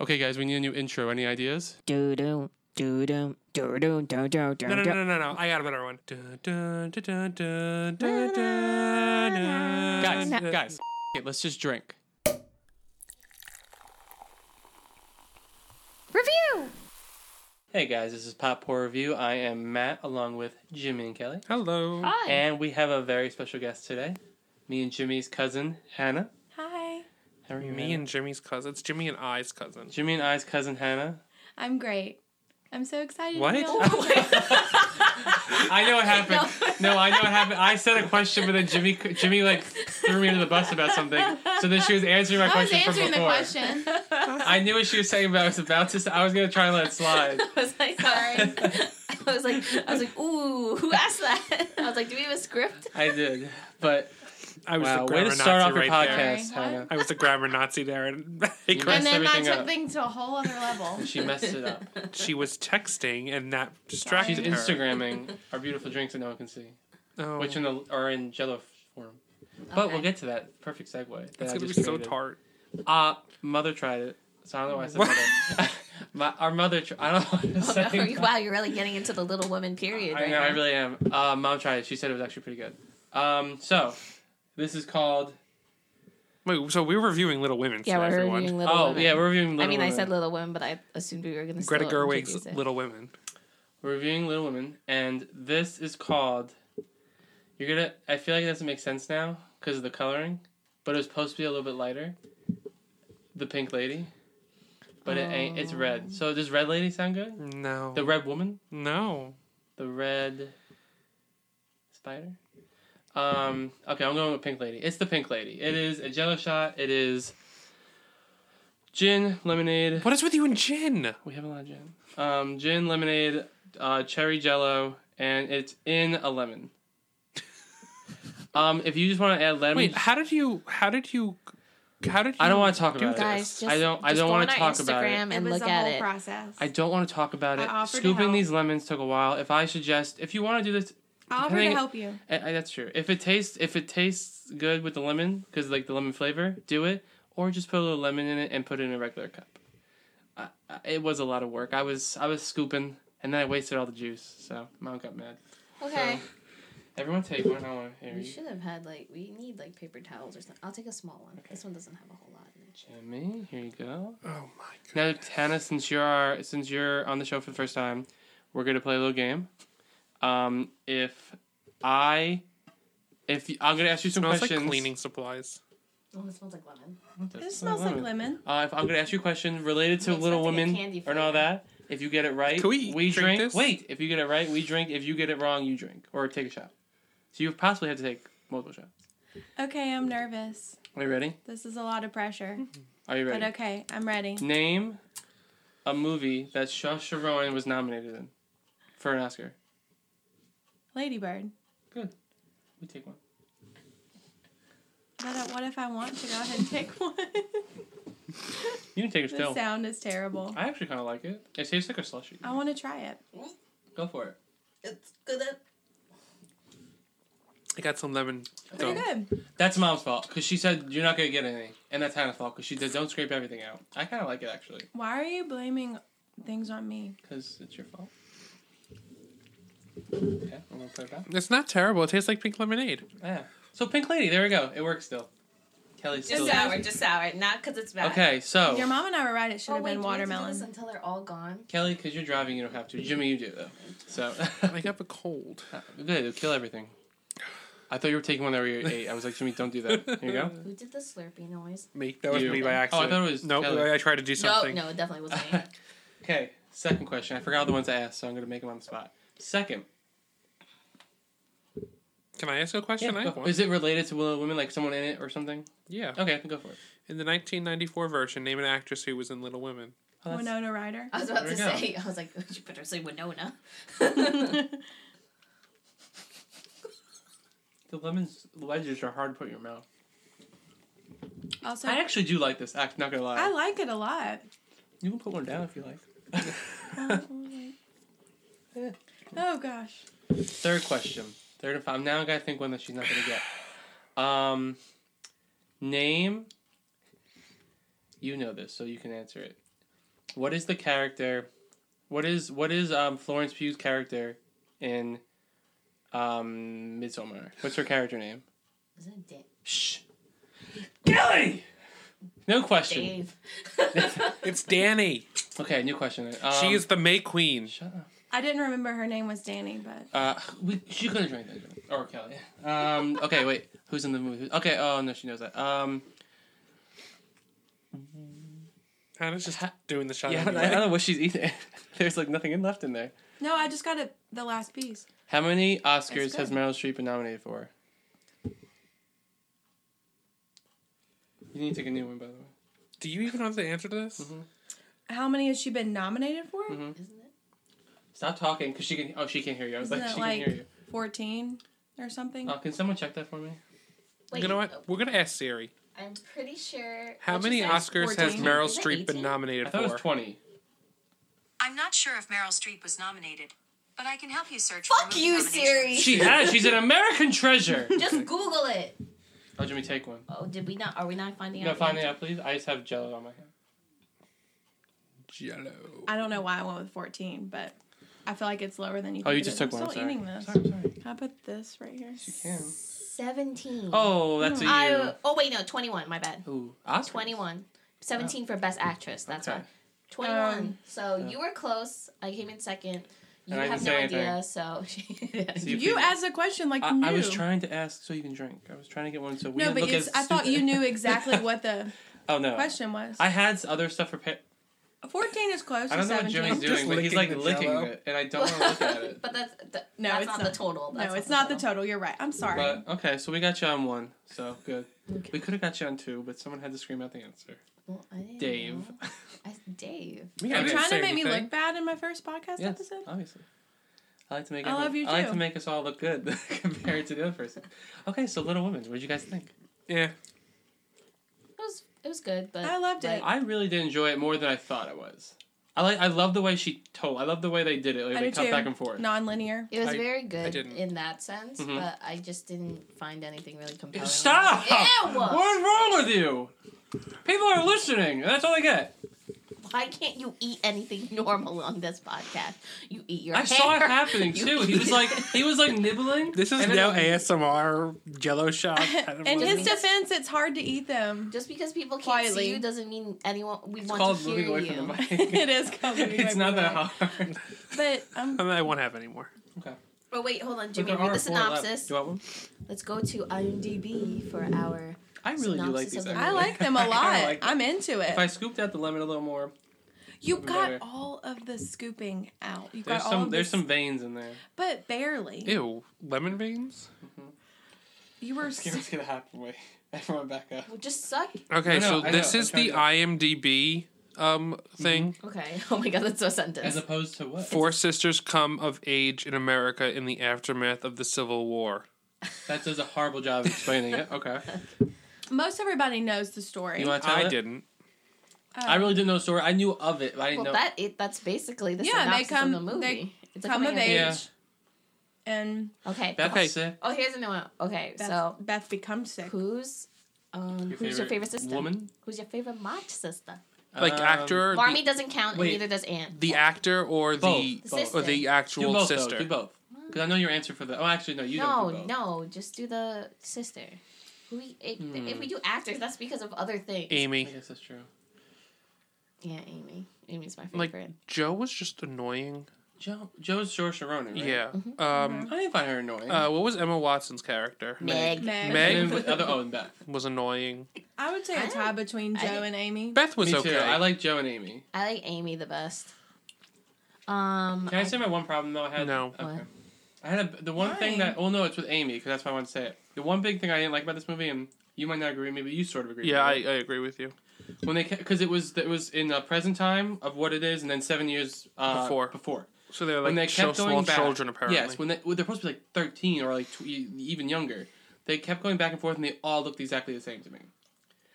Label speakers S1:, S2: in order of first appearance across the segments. S1: Okay, guys, we need a new intro. Any ideas?
S2: Do do do do do do do do
S3: No, no,
S2: do do.
S3: no, no, no, no. I got a better one.
S1: Guys,
S3: Guys,
S1: guys, okay, let's just drink.
S4: Review!
S1: Hey guys, this is Pop Poor Review. I am Matt along with Jimmy and Kelly.
S3: Hello.
S4: Hi.
S1: And we have a very special guest today. Me and Jimmy's cousin, Hannah.
S4: Hi.
S1: How are you,
S3: Me
S1: Hannah?
S3: and Jimmy's cousin. It's Jimmy and I's cousin.
S1: Jimmy and I's cousin Hannah.
S4: I'm great. I'm so excited.
S3: What?
S4: To be on-
S1: I know what happened. No. I know what happened. I said a question, but then Jimmy, Jimmy like threw me under the bus about something. So then she was answering my
S4: I was
S1: question from
S4: answering the
S1: before.
S4: question.
S1: I knew what she was saying, but I was about to. Say, I was gonna try and let it slide.
S5: I was like, sorry. I was like, I was like, ooh, who asked that? I was like, do we have a script?
S1: I did, but
S3: I was
S1: wow,
S3: the
S1: way
S3: grammar
S1: to start
S3: Nazi
S1: off your
S3: right there.
S1: podcast,
S4: Sorry, what?
S1: Hannah.
S3: I was a grammar Nazi there, and I
S1: You
S4: and
S3: corrected-
S1: messed
S4: then I
S1: everything
S4: took
S1: up.
S4: things to a whole other level.
S1: She messed it up.
S3: she was texting, and that
S1: She's
S3: distracted her.
S1: Instagramming our beautiful drinks that no one can see,
S3: Oh,
S1: which in the, are in Jello form. But we'll
S5: Okay.
S1: get to that. Perfect segue. that
S3: it's
S1: I
S3: gonna be
S1: just
S3: so
S1: created.
S3: tart.
S1: Uh, mother tried it. So I don't know why I said
S3: What?
S1: mother. My, our mother, tri- I don't know what
S4: Oh,
S1: I'm saying.
S5: wow, you're really getting into the little woman period.
S1: I
S5: right
S1: know, I
S5: now.
S1: really am. Uh, Mom tried it. She said it was actually pretty good. Um, so, this is called.
S3: Wait, so we're reviewing Little Women today,
S5: yeah, we're
S3: everyone.
S5: reviewing Little
S1: oh,
S5: Women.
S1: yeah, we're reviewing Little
S5: I mean, I
S1: Women.
S5: said Little Women, but I assumed we were going to
S3: Greta
S5: still
S3: Gerwig's
S5: introduce it.
S3: Little Women.
S1: We're reviewing Little Women, and this is called. You're gonna. I feel like it doesn't make sense now because of the coloring, but it was supposed to be a little bit lighter. The Pink Lady, but it ain't. It's
S5: Oh.
S1: red. So does Red Lady sound good?
S3: No,
S1: The Red Woman,
S3: no.
S1: the Red Spider. Um. Okay, I'm going with Pink Lady. It's the Pink Lady. It is a Jello shot. It is gin, lemonade,
S3: What is with you and Jin?
S1: we have a lot of gin. Um, gin, lemonade, uh, cherry jello, and it's in a lemon. um, if you just want to add lemon,
S3: Wait, how did you? How did you? How did you?
S1: I don't want to talk
S3: do
S1: about
S3: that.
S1: it.
S5: Guys, just,
S1: I don't- I
S5: just
S1: don't
S5: go
S1: wanna
S5: on our
S1: talk about it.
S5: Instagram
S4: it
S5: and
S4: was
S5: look
S4: a
S5: at
S4: whole
S5: it.
S4: process.
S1: I don't want to talk about
S4: I
S1: it.
S4: offered to
S1: Scooping
S4: help.
S1: these lemons took a while. If I should just, if you want to do this,
S4: I'll offer
S1: I
S4: to
S1: think-
S4: help you.
S1: I, I- that's true. If it tastes, if it tastes good with the lemon, because like the lemon flavor, do it. Or just put a little lemon in it and put it in a regular cup. I, I, it was a lot of work. I was I was scooping and then I wasted all the juice. So mom got mad.
S5: Okay.
S1: Everyone take one. I want to hear
S5: we
S1: you.
S5: should have had, like, we need, like, paper towels or something. I'll take a small one. This one doesn't have a whole lot in it.
S1: Jimmy, here you go.
S3: Oh my god.
S1: Now, Hannah, since you're our, since you're on the show for the first time, we're gonna play a little game. Um, if I, if y- I'm gonna ask you some
S3: smells
S1: questions.
S3: like cleaning supplies.
S5: Oh, it smells like lemon.
S1: Doesn't
S4: It
S1: smell
S4: smells like lemon.
S1: Uh, if I'm gonna ask you questions related to
S5: I'm
S1: Little
S5: expecting a
S1: Women
S5: candy
S1: or all
S5: flavor.
S1: that, if you get it right,
S3: Can we drink this?
S1: Wait, if you get it right, we drink. If you get it wrong, you drink or take a shot. So you possibly have to take multiple shots.
S4: Okay, I'm nervous.
S1: Are you ready?
S4: This is a lot of pressure.
S1: Are you ready?
S4: But okay, I'm ready.
S1: Name a movie that Saoirse Ronan was nominated in for an Oscar.
S4: Ladybird.
S1: We take one.
S4: What if, what if I want to go ahead and pick one?
S1: You can take it
S4: the
S1: still.
S4: sound is terrible.
S1: I actually kind of like it. It tastes like a slushy.
S4: I want to try it.
S1: Go for it.
S5: It's good.
S3: I got some lemon.
S4: Pretty
S3: gum.
S4: good.
S1: That's mom's fault because she said you're not gonna get anything, and that's Hannah's fault because she said don't scrape everything out. I kind of like it actually
S4: Why are you blaming things on me?
S1: because it's your fault. Okay, I'm gonna put it back.
S3: It's not terrible. It tastes like pink lemonade.
S1: Yeah. So pink lady, there we go. It works still. Kelly's
S5: Just
S1: still.
S5: sour, just sour. Not because it's bad.
S1: Okay, so
S4: Your
S1: Kelly,
S4: mom and I were right. It should
S5: Oh,
S4: have
S5: wait,
S4: been
S5: do we have to do this
S4: watermelon.
S5: until they're all gone.
S1: Kelly, because you're driving, you don't have to. Jimmy, you do though. So
S3: I got a cold.
S1: good, it'll kill everything. I thought you were taking one that were eight. I was like, Jimmy, don't do that. Here you go.
S5: Who did the slurpy noise?
S3: Me. That was
S1: You.
S3: me by
S1: Oh, I
S3: accident.
S1: thought it was
S3: Nope,
S1: Kelly.
S3: I tried to do something.
S5: No, no, it definitely wasn't. me.
S1: okay, second question. I forgot the ones I asked, so I'm gonna make them on the spot. Second,
S3: Can I ask a question? I
S1: go
S3: have
S1: for it.
S3: one.
S1: is it related to Willow Women, like someone in it or something?
S3: Yeah.
S1: Okay, go for it.
S3: In the 1994 version, name an actress who was in Little Women.
S1: Oh, that's-
S4: Winona Ryder.
S5: I was about
S1: There
S5: to
S1: we go.
S5: say, I was like, you better say Winona. Wait,
S1: The lemon wedges are hard to put in your mouth.
S4: Also,
S1: I actually do like this. Act, not gonna lie.
S4: I like it a lot.
S1: you can put one down if you like.
S4: Um, Oh gosh.
S1: Third question. Third and five. Now I gotta think one that she's not gonna get. Um, name. You know this, so you can answer it. what is the character? What is what is um, Florence Pugh's character in um, Midsommar? What's her character name?
S5: Is it Da-
S1: Shh, Kelly. No question.
S5: Dave?
S3: It's Danny.
S1: Okay, new question. Um,
S3: she is the May Queen.
S1: Shut up.
S4: I didn't remember her name was Danny, but
S1: Uh, we, she could have drank that drink. Or Kelly. Um, okay, wait. Who's in the movie? Okay, oh no, she knows that. Um,
S3: Hannah's just doing the shot.
S1: yeah, I don't,
S3: anyway.
S1: I don't know what she's eating. There's like nothing left in there.
S4: no, I just got it. The last piece.
S1: How many
S4: That's
S1: Oscars
S4: good.
S1: has Meryl Streep been nominated for? You need to take a new one, by the way.
S3: Do you even have the answer to this?
S5: Mm-hmm.
S4: How many has she been nominated for?
S1: Mhm.
S5: Isn't it?
S1: Stop talking, cause she can. Oh, she can't hear you. I was
S4: Isn't
S1: like,
S4: it
S1: she
S4: like
S1: can hear you.
S4: fourteen or something?
S1: Oh, can someone check that for me?
S5: Wait,
S3: you know
S5: oh,
S3: what? We're gonna ask Siri.
S5: I'm pretty sure.
S3: How
S5: what'd
S3: many
S5: you say?
S3: Oscars has
S4: 14?
S3: Meryl
S5: Is it
S3: Streep been
S5: 18?
S1: I
S3: nominated
S1: thought it
S3: for?
S1: was twenty.
S6: I'm not sure if Meryl Streep was nominated, but I can help you search. for
S5: Fuck
S6: movie
S5: you,
S6: nominations.
S5: Siri.
S1: She has. She's an American treasure.
S5: Just Google it.
S1: Oh, Jimmy, take one.
S5: Oh, did we not? Are we not finding
S1: No,
S5: out? the
S1: find it
S5: answer?
S1: out, please. I just have Jello on my hand.
S3: Jello.
S4: I don't know why I went with fourteen, but I feel like it's lower than you.
S1: Oh,
S4: think
S1: you
S4: it
S1: just
S4: is.
S1: took
S4: I'm
S1: one. I'm
S4: Still
S1: sorry.
S4: eating this.
S1: Sorry, sorry.
S4: Can I put this right here?
S1: You can.
S5: Seventeen.
S1: Oh, that's
S4: Mm,
S1: a you.
S5: I, oh wait, no, twenty-one. My bad.
S1: Ooh, Oscars.
S5: Twenty-one. Seventeen for best actress. That's
S1: Okay.
S5: why. Twenty-one.
S4: Um,
S5: so you were close. I came in second. You
S1: And I
S5: have
S1: didn't
S5: no
S1: say
S5: idea. So.
S1: See,
S4: You,
S1: You can-
S4: asked a question like you
S1: I,
S4: knew.
S1: I was trying to ask so you can drink. I was trying to get one so we
S4: No,
S1: didn't
S4: but
S1: look
S4: it's,
S1: as
S4: I thought
S1: stupid.
S4: you knew exactly what the
S1: oh no.
S4: question was.
S1: I had other stuff prepared.
S4: Fourteen is close
S1: I don't
S4: to
S1: know what
S4: seventeen.
S1: Jimmy's
S3: I'm just
S1: doing, but he's like
S3: licking the
S1: licking
S3: Jell-O.
S1: it, and I don't want to look at it.
S5: but that's th-
S4: No,
S5: that's
S4: it's
S5: not,
S4: not.
S5: the total. That's
S4: no, it's not the total. You're right. I'm sorry.
S1: But okay, so we got you on one, so good.
S5: Okay.
S1: We could have got you on two, but someone had to scream out the answer.
S5: Well, I didn't
S1: Dave.
S5: know. I, Dave.
S3: We
S1: I
S4: You're
S3: didn't
S4: trying
S3: say
S4: to make me
S3: anything.
S4: look bad in my first
S1: yes,
S4: podcast
S1: Uh,
S4: episode.
S1: obviously. I like to make
S4: I
S1: everyone-
S4: love you
S1: I like
S4: too.
S1: to make us all look good compared to the other person. Okay, so Little Women, what did you guys think?
S3: Yeah.
S5: It was it was good, but
S4: I loved it.
S5: like,
S1: I really did enjoy it more than I thought it was. I like I love the way she told. I love the way they did it. Like
S4: I
S1: they
S4: did
S1: cut
S4: too.
S1: back and forth.
S4: Non-linear.
S5: It was
S3: I-
S5: very good
S3: didn't.
S5: in that sense,
S1: Mhm.
S5: but I just didn't find anything really compelling.
S1: Stop!
S5: Ew!
S1: What's wrong with you? People are listening, and that's all I get.
S5: Why can't you eat anything normal on this podcast? You eat your
S1: I saw it
S5: hair,
S1: happening
S5: you
S1: too. He
S5: eat-
S1: was like, he was like nibbling.
S3: This is
S1: and then-
S3: now ASMR Jello shot.
S4: In his defense, it's hard to eat them.
S5: Just because people can't
S4: Quietly.
S5: see you doesn't mean anyone we
S1: It's
S5: want
S1: called
S5: to
S1: moving
S5: hear
S1: away
S5: you.
S1: from the mic.
S4: it is coming.
S1: it's not that hard.
S4: But um,
S3: I, mean, I won't have any more.
S5: Oh wait, hold on,
S1: But
S5: Jimmy.
S1: there
S5: Read
S1: are
S5: the
S1: four left.
S5: synopsis.
S1: You want one?
S5: Let's go to IMDb for our.
S1: I really do like
S5: Synopsis
S1: these.
S5: of the
S1: actually.
S4: I like them a
S1: I
S4: lot.
S1: kinda like them.
S4: I'm into it.
S1: If I scooped out the lemon a little more,
S4: you
S1: Even
S4: got
S1: better.
S4: all of the scooping out. You got
S1: there's
S4: all
S1: some
S4: of
S1: there's
S4: this,
S1: some veins in there.
S4: but barely.
S3: Ew, lemon veins.
S4: You were. s-
S1: It's gonna happen. Wait, everyone back up.
S5: Well, just suck.
S3: Okay,
S1: I know,
S3: so
S1: I
S3: this
S1: know,
S3: is
S1: I'm
S3: the IMDb um
S1: Mm-hmm.
S3: thing.
S5: Okay. Oh my god, that's a sentence.
S1: As opposed to what?
S3: Four sisters come of age in America in the aftermath of the Civil War.
S1: That does a horrible job of explaining it. Okay.
S4: Most everybody knows the story.
S1: You want to tell
S3: I
S1: it?
S3: didn't.
S4: Uh,
S1: I really didn't know the story. I knew of it, but I didn't
S5: well,
S1: know.
S5: that it, that's basically the
S4: Yeah, they
S5: synopsis
S4: come-
S5: of the movie.
S4: they
S5: it's a
S4: come of age,
S1: Yeah.
S4: and
S5: Okay.
S1: That's
S3: Okay.
S1: sick.
S5: Oh, here's another one. Okay,
S4: Beth,
S5: so
S4: Beth becomes sick.
S5: who's um, who's your favorite sister?
S1: Woman?
S5: Who's your favorite mod sister?
S3: Like
S1: Um,
S3: actor,
S5: Marmy
S3: the,
S5: doesn't count,
S1: wait.
S5: and neither does Anne.
S3: the actor or the
S1: Both,
S5: The both.
S3: or the
S5: sister.
S1: Do
S3: actual
S1: both
S3: sister.
S1: though. Do both. Because I know your answer for the. Oh, actually, no, you
S5: no,
S1: don't do both.
S5: no, just do the sister. Who we, if, if
S1: Hmm.
S5: we do actors, that's because of other things.
S1: I
S3: Amy.
S1: guess that's true.
S5: Yeah, Amy. Amy's my
S3: Like-
S5: favorite.
S3: Joe was just annoying.
S1: Joe, Joe's George Sharon, right?
S3: Yeah.
S5: Mhm.
S3: Um.
S1: I didn't find her annoying.
S3: Uh.
S5: Mm-hmm.
S3: What was Emma Watson's character?
S5: Meg.
S4: Meg.
S3: Meg.
S1: and then with other, oh, and Beth.
S3: Was annoying.
S4: I would say
S5: I
S4: a
S5: don't-
S4: tie between
S5: I
S4: Joe
S5: don't-
S4: and Amy.
S3: Beth was
S1: Me
S3: okay.
S1: too. I like Joe and Amy.
S5: I like Amy the best. Um,
S1: Can I say my one problem though? I had
S3: No.
S1: Okay.
S5: What?
S1: I had a, the one thing
S4: Why?
S1: that. Oh no, it's with Amy because that's why I want to say it. The one big thing I didn't like about this movie, and you might not agree, maybe you sort of agree.
S3: yeah, I, I
S1: with me,
S3: agree with you.
S1: when they because it was it was in uh, present time of what it is, and then seven years uh,
S3: Before.
S1: Before
S3: So they're like
S1: when they
S3: show
S1: kept
S3: small
S1: going back.
S3: children apparently.
S1: Yes, when they well, they're supposed to be like thirteen or like tw- e-, even younger, they kept going back and forth, and they all looked exactly the same to me.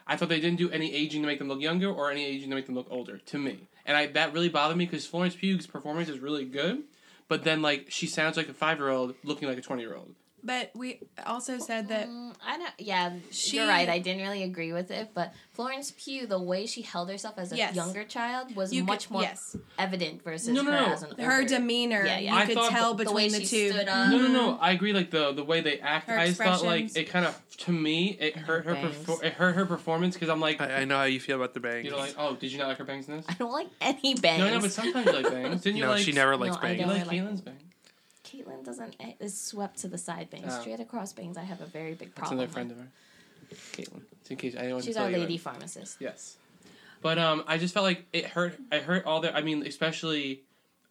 S1: I thought they didn't do any aging to make them look younger or any aging to make them look older to me, and I that really bothered me because Florence Pugh's performance is really good, but then like she sounds like a five year old looking like a twenty year old.
S4: But we also said that
S5: Mm, I don't. Yeah,
S4: She-
S5: you're right. I didn't really agree with it, but Florence Pugh, the way she held herself as a
S4: Yes.
S5: younger child was
S4: you
S5: much
S4: could,
S5: more
S4: yes,
S5: evident versus
S1: No, no,
S5: her
S1: no.
S5: as an
S4: her
S5: older-
S4: demeanor
S5: Yeah, yeah.
S4: you
S1: I
S4: could
S1: thought
S4: tell
S5: the way
S4: between the,
S5: she
S4: two.
S5: stood up.
S1: No, no, no. I agree. Like the the way they act,
S4: Mm-hmm. Her
S1: I just thought like
S4: expressions.
S1: it kind of to me it hurt her
S5: bangs.
S1: perfor- it hurt her performance because I'm like
S3: I, I know how you feel about the bangs.
S1: you know like oh did you not like her bangs in this?
S5: I don't like any bangs.
S1: No, no, but sometimes you like bangs. Didn't you
S3: no,
S1: like?
S3: she never likes
S5: No, I
S3: bangs.
S1: You
S5: don't.
S1: like
S5: I like
S1: Kaylin's bang.
S5: Caitlyn doesn't eh, is swept to the side bangs.
S1: Oh.
S5: Straight across bangs, I have a very big
S1: That's
S5: problem.
S1: another
S5: with.
S1: friend of her. Caitlin. It's in case I don't.
S5: She's
S1: want
S5: our
S1: to fill you
S5: lady
S1: in.
S5: pharmacist.
S1: Yes. But um, I just felt like it hurt. I hurt all their. I mean, especially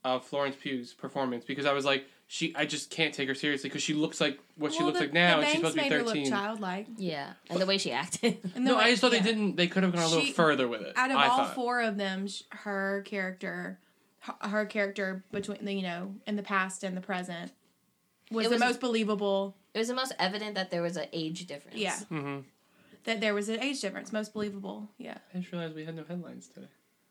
S1: uh, Florence Pugh's performance because I was like, she. I just can't take her seriously because she looks like what she
S4: Well,
S1: looks
S4: the-
S1: like now,
S4: the
S1: and she's
S4: bangs
S1: supposed to be
S4: made her look
S1: thirteen.
S4: childlike.
S5: Yeah, and the way she acted.
S4: And the
S1: No,
S4: way-
S1: I just thought
S4: yeah.
S1: they didn't. They could have gone a little
S4: She-
S1: further with it.
S4: Out of
S1: I
S4: all
S1: thought.
S4: four of them, sh- her character, her, her character between the you know in the past and the present was,
S5: It was-
S4: the most believable.
S5: it was the most evident that there was an age difference.
S4: Yeah,
S3: Mm-hmm.
S4: that there was an age difference, most believable. Yeah,
S1: I just realized we had no headlines today.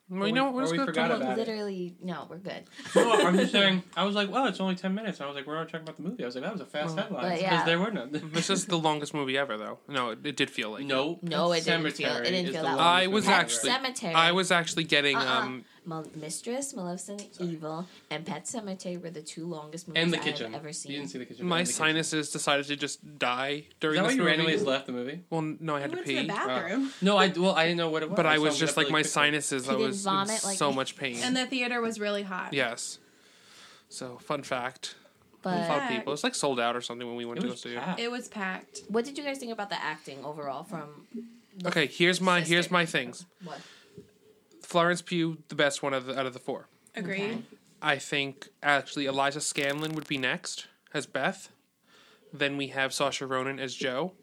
S3: Well,
S1: Or we-
S3: you know what?
S1: or
S3: We're
S1: we
S3: just gonna
S1: forgot
S3: talk about-
S1: about it.
S5: Literally, no, we're good.
S1: No, I'm just saying. I was like, well, it's only ten minutes. And I was like, we're already talking about the movie. I was like, that was a fast
S5: Well,
S1: headline
S5: but
S1: because
S5: yeah.
S1: there were none.
S3: This is the longest movie ever, though. No, it, it did feel like. it.
S1: no,
S5: No, it didn't feel- it
S1: Cemetery
S5: didn't
S1: is
S5: feel
S1: the
S5: that
S1: longest
S3: I was
S1: movie ever.
S3: actually-
S5: Cemetery.
S3: I was actually getting
S5: Uh-uh.
S3: um
S5: Mal- Mistress, Maleficent, Evil, and Pet Cemetery were the two longest movies
S1: and the
S5: I
S1: kitchen.
S5: have ever
S1: You
S5: seen.
S1: didn't see the kitchen.
S3: my
S1: and the kitchen.
S3: sinuses decided to just die
S1: Is
S3: during
S1: that why
S3: this
S1: you
S3: movie.
S1: randomly just left the movie?
S3: Well, no, I had to
S4: you went
S3: pee. uh,
S4: to the bathroom,
S1: No, I well, I didn't know what it was.
S3: But I
S1: so
S3: was
S1: I'm
S3: just
S1: gonna
S3: like my
S1: have to, quickly-
S3: sinuses. I
S5: did
S3: was
S5: vomit,
S3: in
S5: like-
S3: so much pain.
S4: and the theater was really hot.
S3: yes. So fun fact.
S5: But
S3: Fun people. It's like sold out or something when we went
S1: It
S3: to
S1: was
S3: go see it.
S1: packed.
S4: it was packed.
S5: what did you guys think about the acting overall? From
S3: Okay, here's my here's
S5: Sister.
S3: my things.
S5: what?
S3: Florence Pugh, the best one of the, out of the four.
S4: Agreed.
S5: Okay.
S3: I think actually Eliza Scanlon would be next as Beth. Then we have Sasha Ronan as Joe.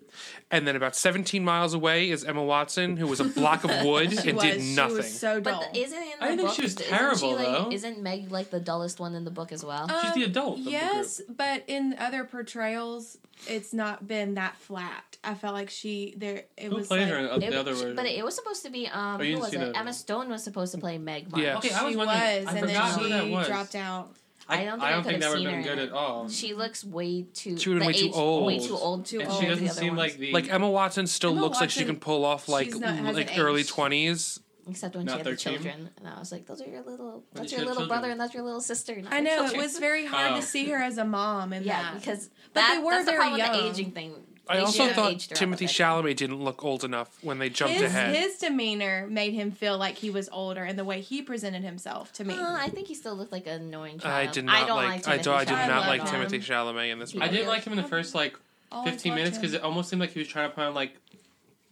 S3: And then about 17 miles away is Emma Watson, who was a block of wood
S4: She
S3: and
S4: was,
S3: did
S4: She
S3: nothing.
S4: was so dull.
S5: But the, isn't in the
S1: I think
S5: book,
S1: she was
S5: isn't
S1: terrible,
S5: like,
S1: though. Uh,
S5: Isn't Meg like the dullest one in the book as well?
S1: She's the adult. of the group.
S4: Yes, but in other portrayals, it's not been that flat. I felt like she there. It
S1: Who
S4: was
S1: played
S4: like,
S1: her in uh,
S5: It-
S1: the other
S5: she-
S1: version?
S5: But it was supposed to be
S1: you
S5: um who
S1: didn't
S5: was
S1: see
S5: it?
S1: that.
S5: Emma Stone was supposed to play Meg Mark.
S3: Yeah.
S1: okay, I
S4: She
S1: was
S4: was,
S1: wondering. I
S4: and
S1: forgot
S4: then
S1: who that
S4: she
S1: was.
S4: dropped out.
S1: I,
S5: I don't think I
S1: don't
S5: could've
S1: think that would
S5: seen
S1: have been
S5: her in
S1: good
S5: it.
S1: at all.
S5: She looks way too
S3: She would've been way
S5: the
S3: too
S5: age- way
S3: old.
S5: too old too
S4: And
S1: and
S5: old
S1: she
S5: for the
S1: doesn't
S5: other
S1: seem
S5: ones.
S1: like the
S3: Like Emma Watson still
S4: Emma
S3: looks like she
S4: Watson-
S3: can pull off like
S4: she's not- hasn't
S3: like early
S4: aged.
S3: 20s.
S5: except when
S1: Not
S5: she had the
S1: 13?
S5: children and I was like those are your little that's
S1: she
S5: your
S1: had
S5: little brother
S1: children.
S5: and that's your little sister not
S4: I
S5: your
S4: know it
S5: children.
S4: was very hard
S1: Oh.
S4: to see her as a mom in
S5: yeah
S4: that
S5: because
S4: But
S5: that,
S4: they were
S5: that's the
S4: very
S5: problem with
S4: young.
S5: the aging thing
S3: I
S5: They
S3: also
S5: should've
S3: thought
S5: aged her up a
S3: Timothy
S5: bit.
S3: Chalamet didn't look old enough when they jumped
S4: his
S3: ahead.
S4: his demeanor made him feel like he was older, and the way he presented himself to me.
S5: Uh, I think he still looked like an annoying
S3: I
S5: child
S3: did not
S5: don't
S3: like, I,
S5: Timothy
S3: do, I did
S5: Chalamet
S3: not like
S4: I
S5: at all.
S4: love
S3: Timothy
S4: him.
S3: Chalamet in this
S5: Yeah.
S3: movie.
S1: I didn't like him in the first like
S4: Always
S1: 15 minutes
S4: watching.
S1: because it almost seemed like he was trying to put on like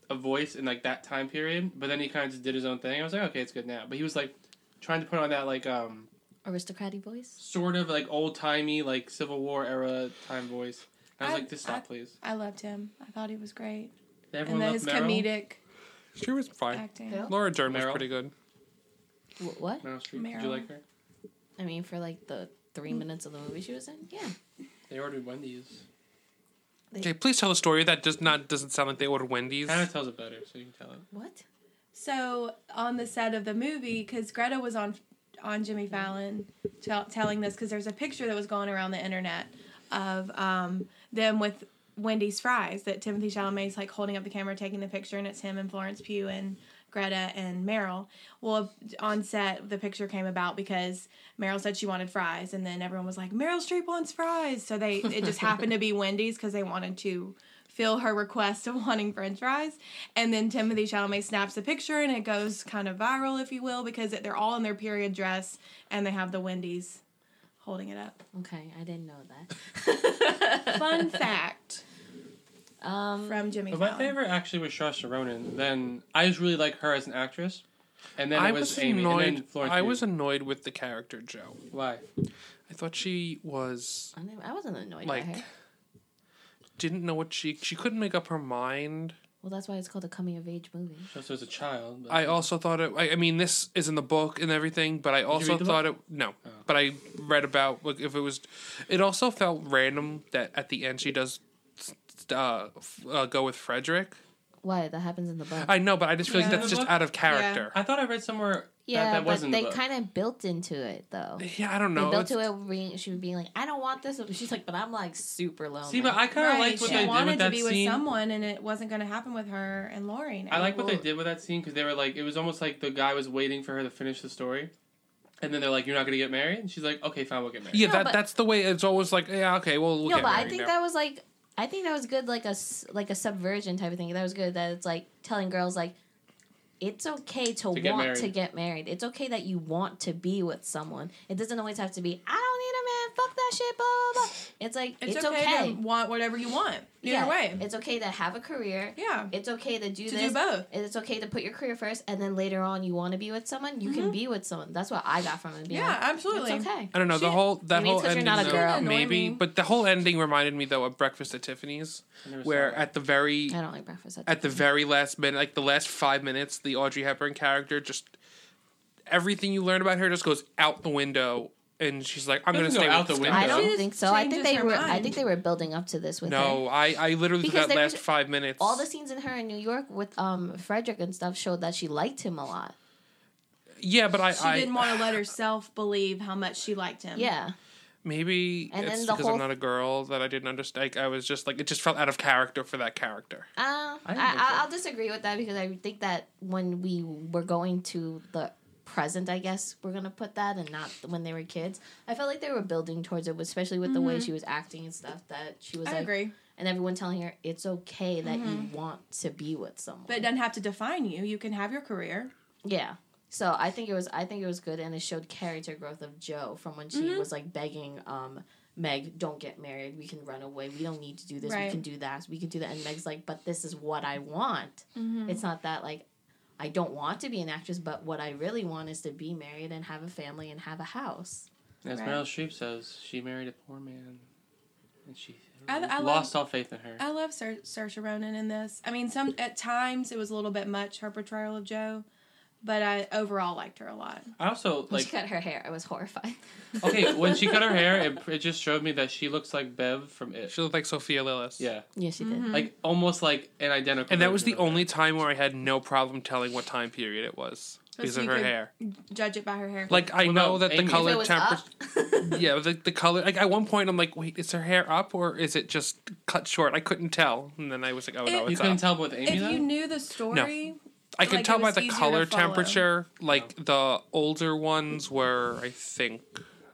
S1: a voice in like that time period. But then he kind of just did his own thing. I was like, okay, it's good now. But he was like trying to put on that like um
S5: aristocratic voice
S1: sort of like old timey like Civil War era time voice. And I was
S4: I-
S1: like, this stop,
S4: I-
S1: please.
S4: I loved him. I thought he was great,
S1: Everyone
S4: and
S1: loved
S4: then his
S1: Meryl.
S4: comedic
S3: She was fine.
S4: acting.
S5: Who?
S3: Laura Dern was
S1: Meryl.
S3: pretty good.
S5: Wh- what
S1: Meryl Streep. Did you
S4: Meryl.
S1: like her?
S5: I mean for like
S3: Mm.
S5: the three minutes of the movie she was in yeah
S1: They ordered Wendy's.
S3: Okay, please tell the story. That does not doesn't sound like they ordered Wendy's.
S1: Kind of tells it better, so you can tell it.
S5: what
S4: So on the set of the movie, because Greta was on on Jimmy Fallon tell telling this, because there's a picture that was going around the internet of um, them with Wendy's fries that Timothy Chalamet's like holding up the camera, taking the picture, and it's him and Florence Pugh and Greta and Meryl. Well, on set, the picture came about because Meryl said she wanted fries, and then everyone was like, "Meryl Streep wants fries," so they it just happened to be Wendy's because they wanted to fill her request of wanting French fries, and then Timothy Chalamet snaps a picture, and it goes kind of viral, if you will, because it, they're all in their period dress and they have the Wendy's holding it up.
S5: okay I didn't know that
S4: Fun fact
S5: um
S4: from Jimmy.
S1: But my
S4: Fallon.
S1: favorite actually was Saoirse Ronan. Then I just really like her as an actress, and then
S3: I
S1: it was,
S3: was
S1: Amy. And
S3: annoyed.
S1: then Florence
S3: I
S1: Pugh.
S3: was annoyed with the character Joe.
S1: why?
S3: I thought she was
S5: I never- I wasn't annoyed
S3: like
S5: by her
S3: didn't know what she she couldn't make up her mind.
S5: well that's why it's called a coming of age movie
S1: Saoirse was a child. But
S3: I also thought it. I, I mean, this is in the book and everything, but I also
S1: read the Oh.
S3: thought it. No, but I read about like if it was. It also felt random that at the end she does uh, f- uh, go with Frederick.
S5: why that happens in the book
S3: I know, but I just feel
S4: Yeah.
S3: like that's
S1: In the
S3: just
S1: book?
S3: out of character.
S1: I thought I read somewhere
S5: Yeah,
S1: that was
S5: but
S1: in the
S5: they
S1: book.
S5: kind of built into it though.
S3: Yeah, I don't know.
S5: they built
S3: It's-
S5: to it. Being, she was being like, "I don't want this." She's like, "But I'm like super lonely."
S1: See, but I kind of
S4: Right,
S1: liked what
S4: she
S1: they did
S4: wanted
S1: with that
S4: to be
S1: scene.
S4: with someone, and it wasn't going to happen with her and Lori.
S1: I like what they
S5: Well-
S1: did with that scene because they were like, it was almost like the guy was waiting for her to finish the story, and then they're like, "You're not gonna get married," and she's like, "Okay, fine, we'll get married."
S3: yeah,
S5: No,
S3: that
S5: but-
S3: that's the way. It's always like, yeah, okay, well, we'll
S5: no,
S3: get
S5: but I
S3: married
S5: think
S3: now.
S5: that was like, I think that was good, like a s- like a subversion type of thing. That was good. That it's like telling girls like, it's okay to,
S1: To get
S5: want to
S1: married.
S5: get married. It's okay that you want to be with someone. It doesn't always have to be. I don't need a man. Fuck that shit. Blah blah. blah. It's like
S4: It's,
S5: it's,
S4: okay,
S5: okay.
S4: to want whatever you want. Either
S5: yeah,
S4: way,
S5: it's okay to have a career.
S4: yeah.
S5: It's okay to do
S4: To do
S5: this.
S4: both.
S5: and It's okay to put your career first, and then later on, you want to be with someone. You can be with someone. That's what I got from it. being
S4: Mm-hmm. Yeah,
S5: like,
S4: absolutely.
S5: It's okay.
S3: I don't know the
S4: She-
S3: whole that
S5: Maybe it's
S3: whole
S5: 'cause you're
S3: ending.
S5: not a
S3: though,
S5: girl.
S3: maybe,
S4: Annoying.
S3: but the whole ending reminded me though of Breakfast at Tiffany's,
S1: I never saw
S3: where
S1: that.
S3: at the very
S5: I don't like breakfast. At,
S3: at the very last minute, like the last five minutes, the Audrey Hepburn character just everything you learn about her just goes out the window, and she's like, "I'm gonna
S1: Doesn't go
S3: stay
S1: out
S3: out
S1: the
S3: the
S1: window.
S5: I
S1: window.
S5: don't
S4: She
S5: think
S4: just
S5: so. I think
S4: changes
S5: they
S4: her
S5: were. I
S4: mind.
S5: think they were building up to this with her.
S3: No, I I literally
S5: Because
S3: that
S5: they were
S3: last
S5: ju-
S3: five minutes.
S5: All the scenes in her in New York with um Frederick and stuff showed that she liked him a lot.
S3: yeah, but I
S4: She
S3: I
S4: didn't want to let herself believe how much she liked him.
S5: Yeah,
S3: maybe
S5: And
S3: it's
S5: then the
S3: because I'm
S5: whole-
S3: not a girl that I didn't understand. Like, I was just like it just felt out of character for that character.
S5: uh, I,
S1: think
S5: I,
S1: so.
S5: I'll disagree with that because I think that when we were going to the present, I guess we're gonna put that, and not when they were kids. I felt like they were building towards it, especially with the way she was acting and stuff. That she was
S4: Mm-hmm. I
S5: like,
S4: agree. Mm-hmm.
S5: and everyone telling her it's okay that you want to be with someone.
S4: But it doesn't have to define you. You can have your career.
S5: Yeah. So I think it was I think it was good and it showed character growth of Joe from when
S4: Mm-hmm.
S5: she was like begging um Meg, don't get married. We can run away. We don't need to do this.
S4: Right.
S5: We can do that. We can do that. And Meg's like, but this is what I want.
S4: Mm-hmm.
S5: It's not that like I don't want to be an actress, but what I really want is to be married and have a family and have a house.
S1: As
S4: Right.
S1: Meryl Streep says, she married a poor man, and she
S4: I- I
S1: lost all faith in her.
S4: I love Sir, Saoirse Ronan in this. I mean, some at times it was a little bit much her portrayal of Joe, but I overall liked her a lot.
S1: I also
S5: When
S1: like
S5: she cut her hair. I was horrified.
S1: okay when she cut her hair. It, it just showed me that she looks like Bev from It.
S3: She looked like Sophia Lillis.
S1: Yeah,
S4: Mm-hmm.
S5: Yeah, she did.
S1: like almost like an identical.
S3: And that was the
S1: version of her.
S3: only time where I had no problem telling what time period it was because
S4: so
S3: of
S4: you
S3: her
S4: could-
S3: hair.
S4: Judge it by her hair.
S3: Like I
S1: What
S3: know
S1: about
S3: that
S1: Amy?
S3: the
S1: If
S5: If it
S3: color
S5: was
S3: temper.
S5: up,
S3: Yeah, the, the color. Like at one point, I'm like, wait, is her hair up or is it just cut short? I couldn't tell, and then I was like, oh no,
S4: If-
S1: You
S3: it's
S1: couldn't
S3: up.
S1: tell with Amy
S4: if
S1: though.
S4: you knew the story,
S3: I could
S4: like,
S3: tell
S4: it
S3: by
S4: was
S3: the
S4: easier to
S3: color
S4: follow.
S3: temperature. Like the older ones were, I think,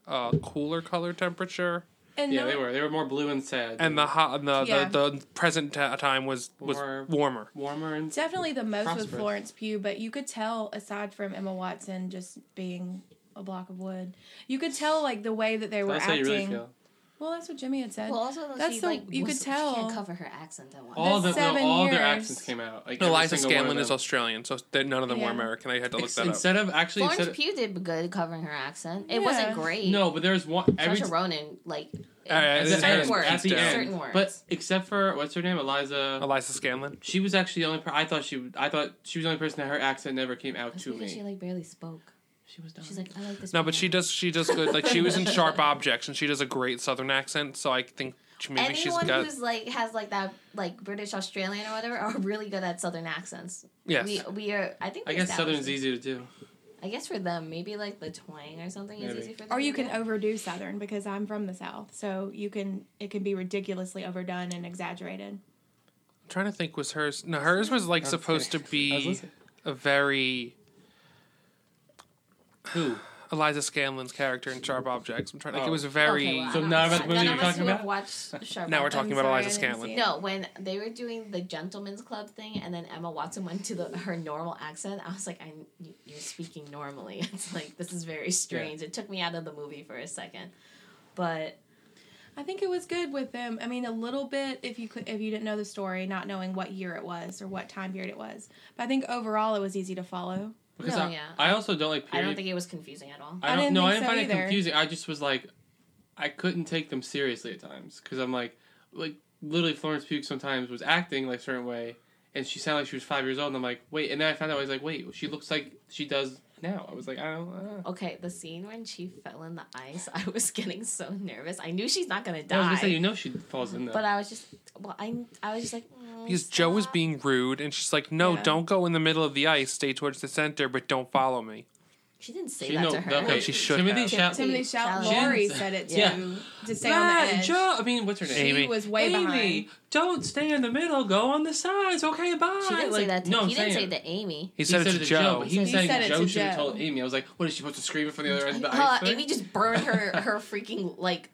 S3: uh, cooler color temperature,
S4: and
S1: yeah,
S4: not-
S1: they were they were more blue and sad
S3: and the hot, and the,
S4: Yeah.
S3: the the present ta- time was was
S1: More-
S3: warmer.
S1: warmer and
S4: definitely the most with
S1: Prosperous.
S4: Florence Pugh, but you could tell aside from Emma Watson just being a block of wood, you could tell like the way that they were
S1: that's how
S4: acting.
S1: you really feel.
S4: Well, that's what Jimmy had said.
S5: well, also though,
S4: That's
S5: she,
S4: the-
S5: like,
S4: you
S5: was-
S4: could
S5: She
S4: tell.
S5: can't cover her accent at once.
S1: All the, no,
S4: seven
S1: all their
S4: years.
S1: accents came out. Like every
S3: Eliza
S1: single one of
S3: Scanlon is
S1: them.
S3: Australian, so th- none of them were
S4: Yeah.
S3: American. I had to look
S1: Ex-
S3: that up.
S1: Instead of actually
S5: Florence
S1: instead of,
S5: Pugh did good covering her accent. It
S4: Yeah.
S5: wasn't great.
S1: no, but there's one every Uh,
S5: Saoirse Ronan, like
S3: right,
S1: at
S3: this is
S1: the
S5: certain
S1: end,
S3: her
S5: words,
S1: at the
S3: Certain
S1: end.
S5: certain words.
S1: But except for what's her name, Eliza.
S3: Eliza Scanlon.
S1: She was actually the only. Per- I thought she. would- I thought she was the only person that her accent never came out
S5: That's
S1: to
S5: because
S1: me.
S5: she like barely spoke.
S1: she was done.
S5: She's like, I like this.
S3: No, but
S5: man."
S3: she does. She does good. Like she was in Sharp Objects, and she does a great Southern accent. So I think she- maybe she's
S5: Anyone
S3: got.
S5: who's like has like that like British Australian or whatever are really good at Southern accents.
S3: yes,
S5: We we are. I think.
S1: I
S5: we
S1: guess Southern's
S5: established
S1: easy to do.
S5: this. I guess for them, maybe like the twang or something
S1: Maybe.
S5: is easy for them.
S4: or
S5: to
S4: you
S5: do.
S4: can overdo Southern because I'm from the South, so you can it can be ridiculously overdone and exaggerated.
S3: I'm trying to think. Was hers? No, hers was like supposed to be a very
S1: Who?
S3: Eliza Scanlon's character in Sharp Objects. I'm trying. Like it
S1: Oh.
S3: was a very.
S5: Okay, well, I
S1: So
S5: don't
S1: now
S5: know.
S1: about the movie
S5: None
S1: we're
S5: of us
S1: talking
S5: who have
S1: about?
S5: watched Sharp
S3: Now we're
S5: Objects-
S3: talking
S4: I'm
S3: about
S4: sorry,
S3: Eliza
S4: I didn't
S3: Scanlon.
S4: see it.
S5: No, when they were doing the gentleman's club thing, and then Emma Watson went to the, her normal accent, I was like, I, "You're speaking normally." It's like this is very strange. It took me out of the movie for a second, but
S4: I think it was good with them. I mean, a little bit if you could, if you didn't know the story, not knowing what year it was or what time period it was. But I think overall it was easy to follow.
S1: Because
S5: No,
S1: I,
S5: yeah.
S1: I also don't like
S5: I
S1: period.
S5: don't think it was confusing at all.
S1: I
S4: I
S1: don't
S4: didn't
S1: know. I didn't
S4: think so
S1: find it
S4: either.
S1: confusing. I just was like, I couldn't take them seriously at times because I'm like, like literally Florence Pugh sometimes was acting like a certain way, and she sounded like she was five years old. And I'm like, wait. And then I found out I was like, wait, she looks like she does now. I was like, I don't. Uh.
S5: Okay, the scene when she fell in the ice, I was getting so nervous. I knew she's not gonna
S1: I was
S5: die,
S1: gonna say, you know, she falls in there.
S5: but I was just, well, I, I was just like, mm,
S3: Because Joe was
S5: stop.
S3: being rude, and she's like, "No,
S4: Yeah.
S3: don't go in the middle of the ice. Stay towards the center, but don't follow me."
S5: She didn't say
S1: She,
S5: that
S1: no,
S5: to her.
S1: okay.
S3: She should
S1: Timothy
S3: have.
S1: Chalamet.
S4: Timothy Chalamet.
S5: Chalamet.
S4: Lori said it too.
S1: Yeah.
S4: To stay on the edge.
S1: Joe, I mean, what's her name?
S4: She
S3: Amy.
S4: was way
S1: Amy,
S4: behind.
S1: don't stay in the middle. Go on the sides. Okay, bye.
S5: She didn't
S1: Like,
S5: say that to
S1: no, I'm
S5: he didn't
S1: saying-
S5: say to Amy.
S3: He said, it to Joe.
S1: but he,
S5: He
S1: was saying
S4: said it
S1: Joe
S4: to
S1: should have
S4: Joe.
S1: told Amy. I was like, what is she supposed to scream it from the other end of the
S5: Uh,
S1: ice?
S5: Amy just burned her, her freaking like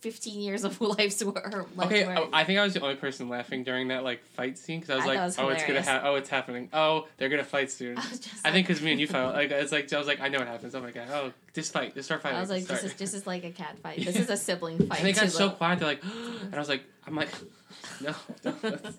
S5: fifteen years of life's wor- her life.
S1: Okay, oh,
S5: work.
S1: I I think I was the only person laughing during that like fight scene because I was
S5: I
S1: like,
S5: thought it was
S1: "Oh, it's gonna
S5: hilarious.
S1: happen! Oh, it's happening! Oh, they're gonna fight soon."
S5: I was just
S1: I
S5: like-
S1: think because me and you found like it's like I was like, "I know what happens." Oh my god! Oh, just fight! Just start fighting!
S5: I was like,
S1: Just
S5: this is
S1: start.
S5: this is like a cat fight. This is a sibling fight.
S1: And they got
S5: to
S1: so
S5: the-
S1: quiet. They're like, and I was like, I'm like, no. no that's-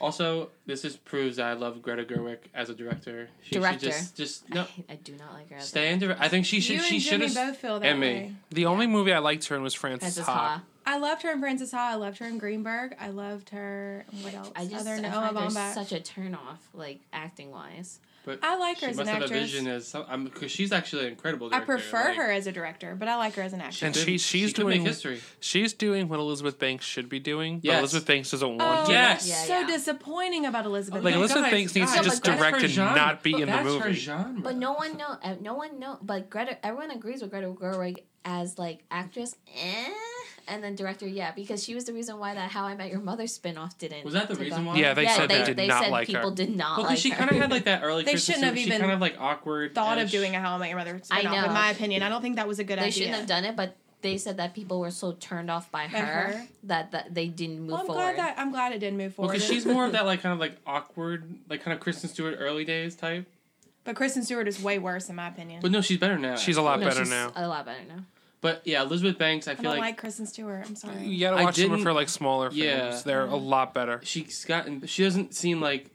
S1: also, this just proves that I love Greta Gerwig as a director. She should
S5: Director.
S1: just just no.
S5: I, I do not like her. as a-
S1: Stay in direct. I think she
S4: you
S1: should. She
S4: and
S1: should
S4: Jimmy
S1: have.
S4: both feel that
S1: and me.
S4: way.
S3: The only movie I liked her in was Frances,
S5: Frances
S3: Ha.
S5: Ha.
S4: I loved her in Frances Ha. I loved her in Greenberg. I loved her. What else?
S5: I just
S4: Other
S5: I
S4: than Noah
S5: find her
S4: Baumbach.
S5: such a turn off, like acting wise.
S4: I like her
S1: She
S4: as
S1: must
S4: an
S1: have a
S4: actress.
S1: vision as some because she's actually an incredible.
S4: I
S1: Director.
S4: prefer
S1: like,
S4: her as a director, but I like her as an actress.
S3: And
S1: could-
S3: she- she's
S1: could make
S3: doing-
S1: history.
S3: She's doing what Elizabeth Banks should be doing, but
S1: Yes.
S3: Elizabeth Banks doesn't want
S4: Oh,
S3: to.
S1: Yeah.
S4: that's
S1: Yes.
S4: so
S5: Yeah, yeah.
S4: disappointing about Elizabeth.
S3: Like,
S4: Banks.
S3: Elizabeth Banks needs
S5: to just
S3: direct and not be
S1: but
S3: in the
S1: that's Her
S3: movie.
S1: genre.
S5: But no one know. uh, No one know. But Greta, everyone agrees with Greta Gerwig as like actress, eh? And then director, yeah, because she was the reason why that How I Met Your Mother spinoff didn't.
S1: Was that the
S5: took
S1: reason
S5: off.
S1: why?
S3: Yeah, they
S5: yeah,
S3: said
S5: they,
S3: they did
S5: they
S3: not
S5: said
S3: like her.
S5: people did not
S1: Well,
S5: like
S1: because she
S5: her.
S1: kind of had like that early.
S4: They
S1: Christmas
S4: shouldn't have
S1: suit. She
S4: even
S1: kind of like awkward.
S4: thought of doing a How I Met Your Mother
S5: I
S4: spinoff,
S5: know.
S4: in my opinion. I don't think that was a good
S5: they
S4: idea.
S5: shouldn't have done it, but they said that people were so turned off by,
S4: By
S5: her,
S4: her.
S5: that that they didn't move
S4: Well, I'm
S5: forward.
S4: glad that I'm glad it didn't move forward.
S1: because she's more of that like kind of like awkward, like kind of Kristen Stewart early days type.
S4: but Kristen Stewart is way worse in my opinion.
S1: But no, she's better now.
S3: She's a lot
S5: No,
S3: better
S5: she's
S3: now.
S5: A lot better now.
S1: But yeah, Elizabeth Banks. I
S4: I
S1: feel
S4: don't
S1: like,
S4: like Kristen Stewart. I'm sorry.
S3: You gotta
S1: I
S3: watch some of
S1: didn't-
S3: her like smaller films.
S1: Yeah.
S3: They're a lot better.
S1: she's gotten. She doesn't seem like.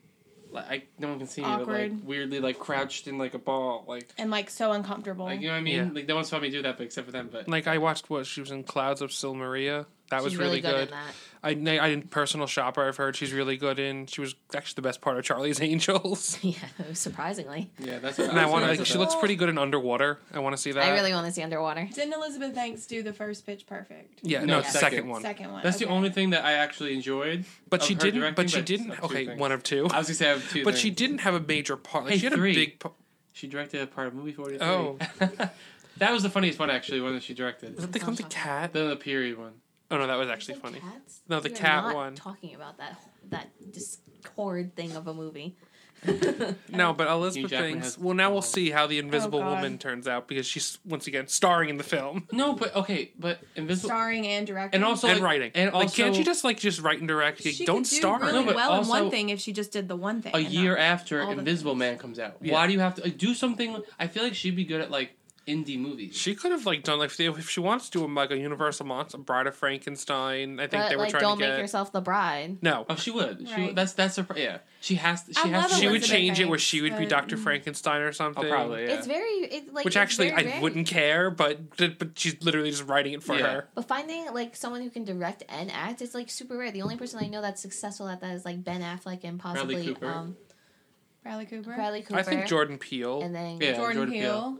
S1: Like, I, no one can see me, but like
S4: Awkward.
S1: weirdly, like crouched in like a ball, like
S4: And like so uncomfortable.
S1: like you know what I mean.
S3: Yeah.
S1: Like no one saw me do that, but except for them. But
S3: Like I watched what she was in Clouds of Still Maria. That was
S5: She's
S3: really,
S5: good,
S3: good.
S5: in that.
S3: I I I didn't personal shopper. I've heard she's really good in. She was actually the best part of Charlie's Angels.
S5: Yeah, surprisingly,
S1: yeah, that's. What
S3: And I want to
S1: surprised
S3: like she
S1: about.
S3: looks pretty good in Underwater. I want to see that.
S5: I really want to see Underwater.
S4: Didn't Elizabeth Banks do the first pitch perfect?
S3: yeah,
S1: No,
S3: no, it's the second,
S1: second.
S3: one.
S4: Second one.
S1: That's the
S4: okay.
S1: only thing that I actually enjoyed.
S3: But
S1: of
S3: she
S1: her
S3: didn't.
S1: directing,
S3: but she
S1: it's
S3: didn't.
S1: of two
S3: Okay,
S1: things.
S3: one of two.
S1: I was gonna say I have two.
S3: But she
S1: things.
S3: didn't have a major part. Like,
S1: Hey,
S3: she had
S1: three.
S3: a big. Part.
S1: she directed a part of movie forty three.
S3: Oh.
S1: that was the funniest one actually. One that she directed.
S3: Did they come to cat?
S1: Then the period one.
S3: Oh no, that was actually
S5: Like
S3: funny.
S5: Cats?
S3: No, the
S5: You're
S3: cat
S5: not
S3: one.
S5: Talking about that that just horrid thing of a movie.
S3: No, but Elizabeth
S1: Jackman
S3: thinks.
S1: has-
S3: Well, now we'll see how the
S5: Oh,
S3: Invisible
S4: God.
S3: Woman turns out because she's once again starring in the film
S1: No, but okay, but Invisible
S4: starring and directing.
S1: and also
S3: and
S1: like-
S3: writing.
S1: and also
S3: like, can't you just like just write and direct? Like,
S4: she
S3: don't
S4: could do
S3: star.
S4: really
S1: No, but
S4: well in
S1: also-
S4: one thing if she just did the one thing.
S1: a
S4: and not-
S1: year after
S4: all the
S1: Invisible Man comes out.
S3: Yeah.
S1: Why do you have to like, do something? I feel like she'd be good at like indie movies.
S3: She could have like done like if, they, if she wants to do a, like a Universal Monster, Bride of Frankenstein. I think
S5: But
S3: they were
S5: like,
S3: trying
S5: don't
S3: to
S5: make
S3: get.
S5: yourself the bride.
S3: no,
S1: oh, she would. She
S4: Right.
S1: would. that's that's her. Yeah, she has. To, she
S4: I
S1: has.
S4: love
S1: to,
S3: she would
S4: Elizabeth
S3: change it where she would
S4: Banks,
S3: be
S4: but-
S3: Doctor Frankenstein or something.
S1: Oh, probably. Yeah.
S5: It's very it mm. like
S3: Which
S5: it's
S3: actually,
S5: very
S3: I
S5: rare.
S3: wouldn't care, but but she's literally just writing it for
S1: Yeah.
S3: her.
S5: But finding like someone who can direct and act is like super rare. The only person I know that's successful at that is like Ben Affleck
S1: Bradley
S5: and possibly
S1: Cooper.
S5: um,
S4: Bradley Cooper.
S5: Bradley Cooper.
S3: I think Jordan Peele.
S5: and then
S1: Yeah.
S4: Jordan,
S1: Jordan
S4: Peele.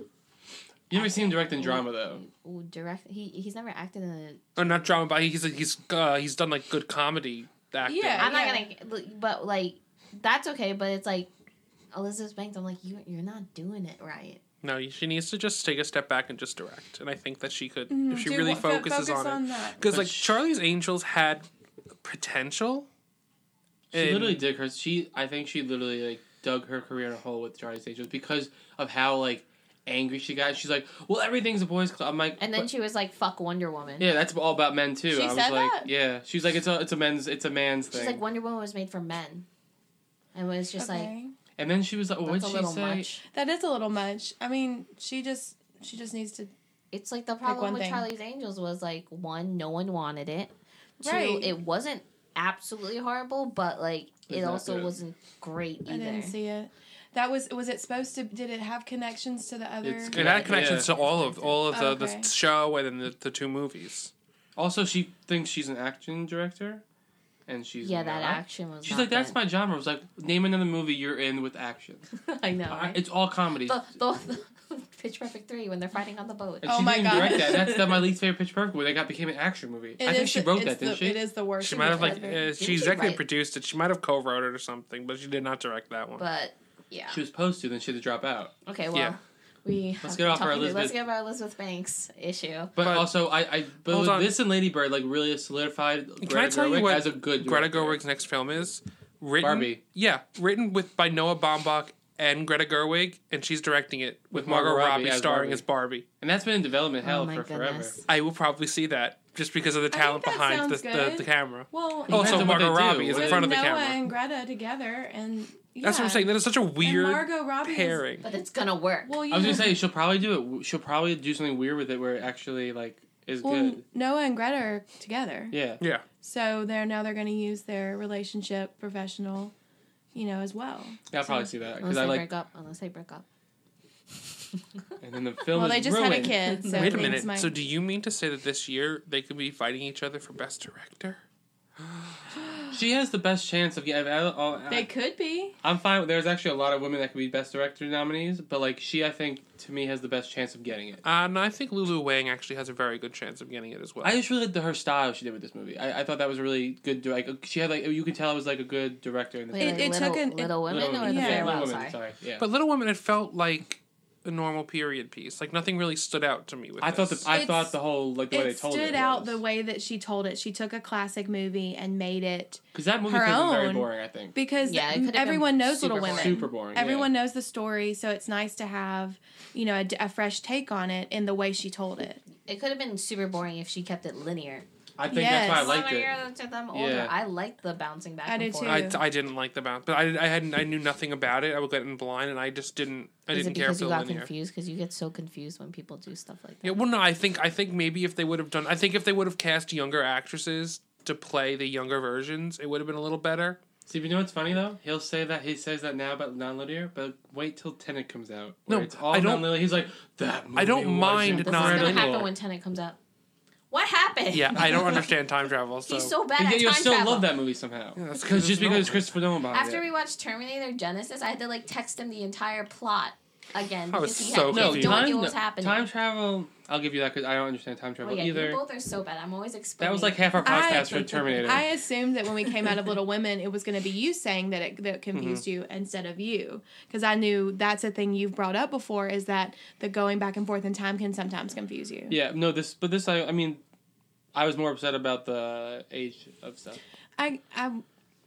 S1: You never seen him direct in drama though.
S5: ooh, direct. He he's never acted in a.
S3: Oh, not drama, but he's he's uh, he's done like good comedy acting.
S4: Yeah.
S5: I'm not gonna, but like that's okay. But it's like Elizabeth Banks. I'm like you. You're not doing it right.
S3: No, she needs to just take a step back and just direct. And I think that she could
S5: Mm-hmm.
S3: if she
S4: Do
S3: really
S4: what- fo-
S3: focuses
S4: focus
S3: on,
S4: on
S3: it.
S4: that.
S3: Because
S1: But
S3: like
S1: sh-
S3: Charlie's Angels had potential.
S1: She
S3: And-
S1: literally did her. She, I think she literally like dug her career in a hole with Charlie's Angels because of how like angry she got. She's like, "Well, everything's a boys' club." I'm like,
S5: And then
S1: "But-
S5: she was like, "Fuck Wonder Woman."
S1: yeah, that's all about men too.
S5: She
S1: I was
S5: said
S1: like,
S5: that?
S1: yeah, she's like, it's a it's a men's it's a man's
S5: She's
S1: thing.
S5: like Wonder Woman was made for men, and was just like
S4: Okay.
S1: and then she was like, "What
S5: that's a
S1: she
S5: little
S1: say?"
S5: much.
S4: That is a little much. I mean, she just she just needs to
S5: It's like the
S4: one
S5: problem with
S4: thing.
S5: Charlie's Angels was like one, no one wanted it. Two,
S4: Right.
S5: it wasn't absolutely horrible, but like
S1: It's
S5: it
S1: not
S5: also
S1: good.
S5: wasn't great
S4: I
S5: either.
S4: didn't see it. That was was it supposed to did it have connections to the other
S1: It's
S3: It
S1: Yeah.
S3: had connections to all of all of the,
S4: Okay.
S3: the show and then the, the two movies.
S1: Also, she thinks she's an action director, and she's
S5: Yeah, that
S1: not.
S5: action was.
S1: She's
S5: not
S1: like, "That's
S5: good."
S1: my genre." I was like, "Name another movie you're in with action.
S5: I know.
S1: I-
S5: right?
S1: It's all comedy."
S5: the, the, Pitch Perfect three when they're fighting on the boat.
S1: and
S4: Oh
S1: she
S4: my
S1: didn't
S4: God.
S1: direct that. That's the, my least favorite Pitch Perfect, where they got became an action movie.
S4: It
S1: I think
S4: is
S1: she
S4: the-
S1: wrote
S4: it's
S1: that, didn't
S4: the,
S1: she?
S4: It is the worst.
S3: She might have like
S5: Didn't
S3: uh,
S5: she
S3: she executive
S5: write-
S3: produced it. She might have co-wrote it or something, but she did not direct that one.
S5: But yeah,
S1: She was supposed to, then she had to drop out.
S5: okay, well,
S3: Yeah.
S5: We
S1: Let's
S5: have
S1: get off our
S5: talking to-
S1: Elizabeth-
S5: Let's get off our Elizabeth Banks issue.
S1: But,
S3: But-
S1: also, I, I but
S3: Hold
S1: with
S3: on.
S1: this and Lady Bird like really solidified Greta
S3: Can I tell
S1: Gerwig
S3: you what
S1: as a good
S3: Greta
S1: director.
S3: Gerwig's next film is? Written,
S1: Barbie.
S3: Yeah, written with by Noah Baumbach and Greta Gerwig, and she's directing it with,
S1: With
S3: Margot,
S1: Margot
S3: Robbie,
S1: Robbie as
S3: starring
S1: Barbie.
S3: as Barbie.
S1: and that's been in development hell
S5: oh my
S1: for forever.
S5: goodness.
S3: I will probably see that just because of the
S4: think
S3: talent
S4: that
S3: behind the,
S4: sounds
S3: the,
S4: good.
S3: the camera.
S4: Well,
S1: Depends
S3: Also,
S1: on what
S3: Margot
S1: they do.
S3: Robbie Oh, is
S1: What
S3: in
S1: is-
S3: front of the
S4: Noah
S3: camera.
S4: and Greta together, and yeah.
S3: That's what I'm saying. That is such a weird
S4: Margot Robbie is-
S3: pairing.
S5: But it's gonna work.
S4: Well, you
S1: I was
S4: know-
S1: gonna say she'll probably do it. w- She'll probably do something weird with it where it actually like is
S4: well,
S1: good.
S4: Noah and Greta are together,
S1: Yeah.
S3: Yeah.
S4: so they're now they're going to use their relationship professional, you know, as well.
S1: yeah, I'll probably see that
S5: unless
S1: because
S5: they
S1: I like.
S5: break up. Unless they break up.
S1: And then the film.
S4: well,
S1: is
S4: they just
S1: ruined.
S4: had a kid, so
S3: Wait a
S4: things
S3: minute.
S4: Might...
S3: So, do you mean to say that this year they could be fighting each other for best director?
S1: She has the best chance of getting. I- I'll-
S4: they could be.
S1: I'm fine. There's actually a lot of women that could be best director nominees, but like she, I think to me has the best chance of getting it.
S3: Uh, no, I think Lulu Wang actually has a very good chance of getting it as well.
S1: I just really liked the, her style she did with this movie. I, I thought that was really good. dir- Like she had like you could tell it was like a good director in this.
S5: Wait,
S4: It-
S5: like
S4: it
S5: little,
S4: took an- it-
S5: little women
S1: Little
S5: or
S1: Women.
S5: the
S4: Yeah.
S1: Little
S5: farewell.
S1: Women,
S5: sorry.
S1: sorry. Yeah.
S3: But Little Women, it felt like a normal period piece. Like nothing really stood out to me. With
S1: I thought the
S3: this.
S1: I
S4: It's-
S1: thought the whole like the way they
S4: It
S1: told
S4: stood
S1: it
S4: out the way that she told it. She took a classic movie and made it
S1: because that movie
S4: her
S1: could have been very
S4: own.
S1: boring. I think
S4: because
S5: Yeah, it could've been
S4: everyone knows
S5: super
S4: Little
S5: boring.
S4: Women.
S1: super boring. yeah.
S4: Everyone knows the story, so it's nice to have you know a, d- a fresh take on it in the way she told it.
S5: It could have been super boring if she kept it linear.
S1: I think that's why I
S4: Yes.
S1: liked it.
S5: them older.
S1: Yeah.
S5: I liked the bouncing back
S4: I
S5: and
S4: did
S5: forth.
S4: too.
S3: I, I didn't like the bounce, but I, I hadn't I knew nothing about it. I would get in blind, and I just didn't I
S5: Is it
S3: didn't care
S5: because
S3: for
S5: you
S3: the
S5: got
S3: linear.
S5: confused? Because you get so confused when people do stuff like that.
S3: Yeah, well, no, I think I think maybe if they would have done, I think if they would have cast younger actresses to play the younger versions, it would have been a little better.
S1: See, but you know what's funny though? He'll say that he says that now about non-linear, but wait till Tenet comes out. where
S3: No,
S1: it's all
S3: I don't-
S1: non-linear. He's like that. Movie
S3: I don't
S1: wasn't
S3: mind
S5: This is
S3: Not
S5: gonna
S1: incredible."
S5: happen when Tenet comes out. What happened?
S3: Yeah, I don't understand time travel. So,
S5: He's so bad
S1: And
S5: at
S1: yet
S5: time
S1: you'll still
S5: travel.
S1: love that movie somehow.
S3: Yeah, that's 'cause
S1: Because just
S3: it's
S1: because
S3: Nolan.
S1: Christopher Nolan behind
S5: After
S1: it.
S5: we watched Terminator Genesis, I had to like text him the entire plot again
S3: I
S5: because
S3: was
S5: he
S3: so
S5: had
S1: no,
S5: no idea
S1: time,
S5: what was happening.
S1: time travel. I'll give you that because I don't understand time
S5: Oh,
S1: travel
S5: yeah,
S1: either.
S5: You both are so bad. I'm always explaining.
S1: That was like half our
S4: I-
S1: podcast for Terminator.
S4: I assumed that when we came out of Little Women, it was going to be you saying that it that it
S3: Mm-hmm.
S4: confused you instead of you, because I knew that's a thing you've brought up before is that the going back and forth in time can sometimes confuse you.
S1: yeah, no, this, but this, I, I mean, I was more upset about the age of stuff.
S4: I I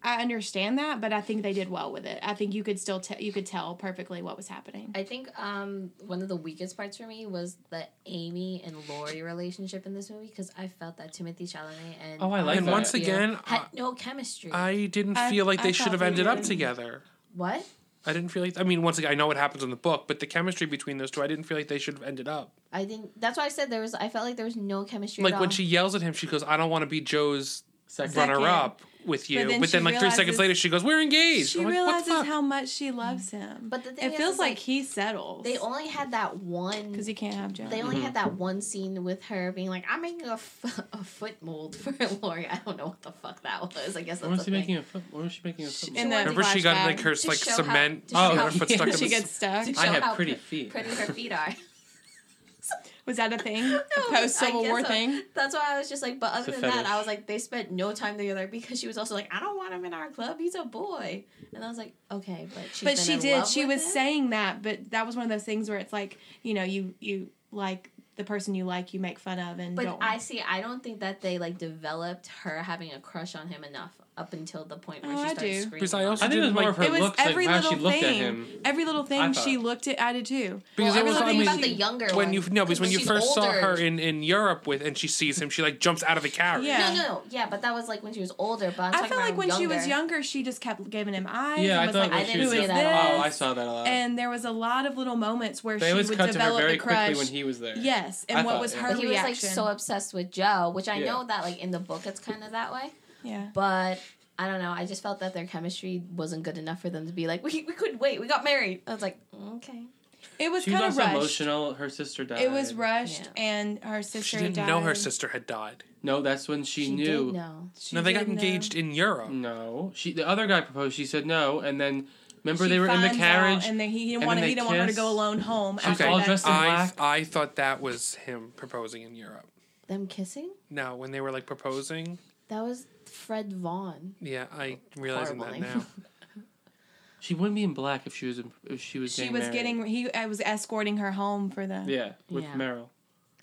S4: I understand that, but I think they did well with it. I think you could still tell you could tell perfectly what was happening.
S5: I think um, one of the weakest parts for me was the Amy and Lori relationship in this movie because I felt that Timothy Chalamet and
S1: Oh, I like
S3: and
S1: that.
S3: once
S5: Sophia
S3: again, I,
S5: had no chemistry.
S3: I didn't
S4: I-
S3: feel like
S4: I
S3: they should
S4: thought
S3: have
S4: they
S3: ended up
S4: did.
S3: together.
S5: what?
S3: I didn't feel like. I mean, once again, I know what happens in the book, but the chemistry between those two, I didn't feel like they should have ended up.
S5: I didn't. That's why I said there was. I felt like there was no chemistry. at
S3: Like when
S5: all.
S3: she yells at him, she goes, "I don't want to be Joe's
S1: Second.
S3: runner up with you." But
S4: then
S3: then,
S4: she
S3: like three seconds
S4: realizes-
S3: later, she goes, "We're engaged."
S4: She
S3: I'm like, what the
S4: realizes
S3: fuck?
S4: how much she loves him.
S5: Mm. But the thing
S4: it
S5: is,
S4: feels
S5: is,
S4: like,
S5: like,
S4: he settles.
S5: they only had that one.
S4: because he can't have Joe.
S5: They
S3: Mm-hmm.
S5: only had that one scene with her being like, "I'm making a, f- a foot mold for Lori." I don't know what the fuck that was. I guess
S1: What was
S5: that's the
S1: she
S5: thing.
S1: making a foot? What was she making a
S5: She-
S1: foot?
S5: and
S1: mold?
S5: then-
S3: Remember, she got
S4: Flashback.
S3: like her
S5: To
S3: like
S5: show how-
S3: cement.
S5: to show
S3: oh,
S5: how-
S3: her foot stuck in
S4: she
S3: the
S4: gets stuck.
S5: to
S1: I
S5: show
S1: have
S5: how
S1: pretty
S5: pre-
S1: feet.
S5: Pretty her feet are.
S4: Was that a thing? a
S5: I
S4: post Civil
S5: guess
S4: War
S5: so.
S4: thing?
S5: That's why I was just like, but other
S1: It's a
S5: than that, I
S1: fetish.
S5: was like, they spent no time together because she was also like, I don't want him in our club. He's a boy, and I was like, okay, but she.
S4: but she did. She was saying that, but that was one of those things where it's like, you know, you you like the person you like, you make fun of, and
S5: But
S4: don't.
S5: I see. I don't think that they like developed her having a crush on him enough up until the point where
S4: Oh,
S5: she
S4: I
S5: started
S4: do.
S5: screaming.
S3: Because I
S5: on
S3: also
S5: him.
S1: I think it was
S3: didn't
S1: more
S3: like-
S1: of her
S4: it was
S1: looks, like
S4: every
S1: how she
S4: little
S1: looked at
S4: thing.
S1: him.
S4: Every little
S1: I
S4: thing
S1: thought.
S4: she looked at. I did too.
S3: Because
S5: I
S3: it was,
S5: was
S3: I
S5: talking
S3: mean,
S5: about the younger
S3: when
S5: one,
S3: you no, because when you
S5: she's
S3: first saw
S5: older.
S3: her in in Europe with, and she sees him, she like jumps out of the carriage.
S4: Yeah.
S5: No, no, no. Yeah, but that was like when she was older. But I'm
S4: I
S5: talking
S4: felt
S5: about
S4: like when she was
S5: younger.
S4: younger, she just kept giving him eyes.
S1: Yeah,
S4: and
S1: I
S4: was
S1: thought
S4: like,
S1: when
S5: I
S1: she
S5: didn't
S1: was
S4: who
S5: see
S4: is
S1: young-
S5: that
S4: this?
S5: at
S1: Oh, I saw that a lot.
S4: And there was a lot of little moments where
S1: they
S4: she
S1: always
S4: would
S1: cut to her
S4: develop
S1: very
S4: the crush.
S1: quickly when he was there.
S4: yes, and
S1: I
S4: what
S1: thought,
S4: was
S1: yeah.
S4: her
S5: But he
S4: reaction?
S5: was like so obsessed with Joe, which I
S1: Yeah.
S5: know that like in the book it's kind of that way.
S4: yeah.
S5: But I don't know. I just felt that their chemistry wasn't good enough for them to be like, we, we could wait. We got married. I was like, okay.
S4: It was
S1: She was
S4: kind of
S1: also
S4: rushed.
S1: emotional. Her sister died.
S4: It was rushed,
S5: Yeah.
S4: and her sister
S3: She didn't
S4: died.
S3: know her sister had died.
S1: No, that's when she, knew.
S5: Did know.
S4: She
S3: No, they got
S4: didn't know.
S3: engaged in Europe.
S1: No, she. The other guy proposed. She said no, and then remember
S4: She
S1: they were in the
S4: finds out,
S1: carriage.
S4: and then he didn't
S1: and
S4: want
S1: then
S4: he
S1: they
S4: didn't want her to
S1: kiss.
S4: go alone home.
S1: She's
S4: after
S1: all
S4: that.
S1: dressed in
S3: I
S1: black.
S3: I thought that was him proposing in Europe.
S5: Them kissing?
S3: No, when they were like proposing.
S5: That was Fred Vaughn.
S3: Yeah, I realizing
S5: Horrible
S3: that
S5: name.
S3: now.
S1: She wouldn't be in black if she was in, if she was.
S4: She
S1: getting
S4: was
S1: married.
S4: getting he. I was escorting her home for the.
S1: Yeah, with
S5: Yeah.
S1: Meryl.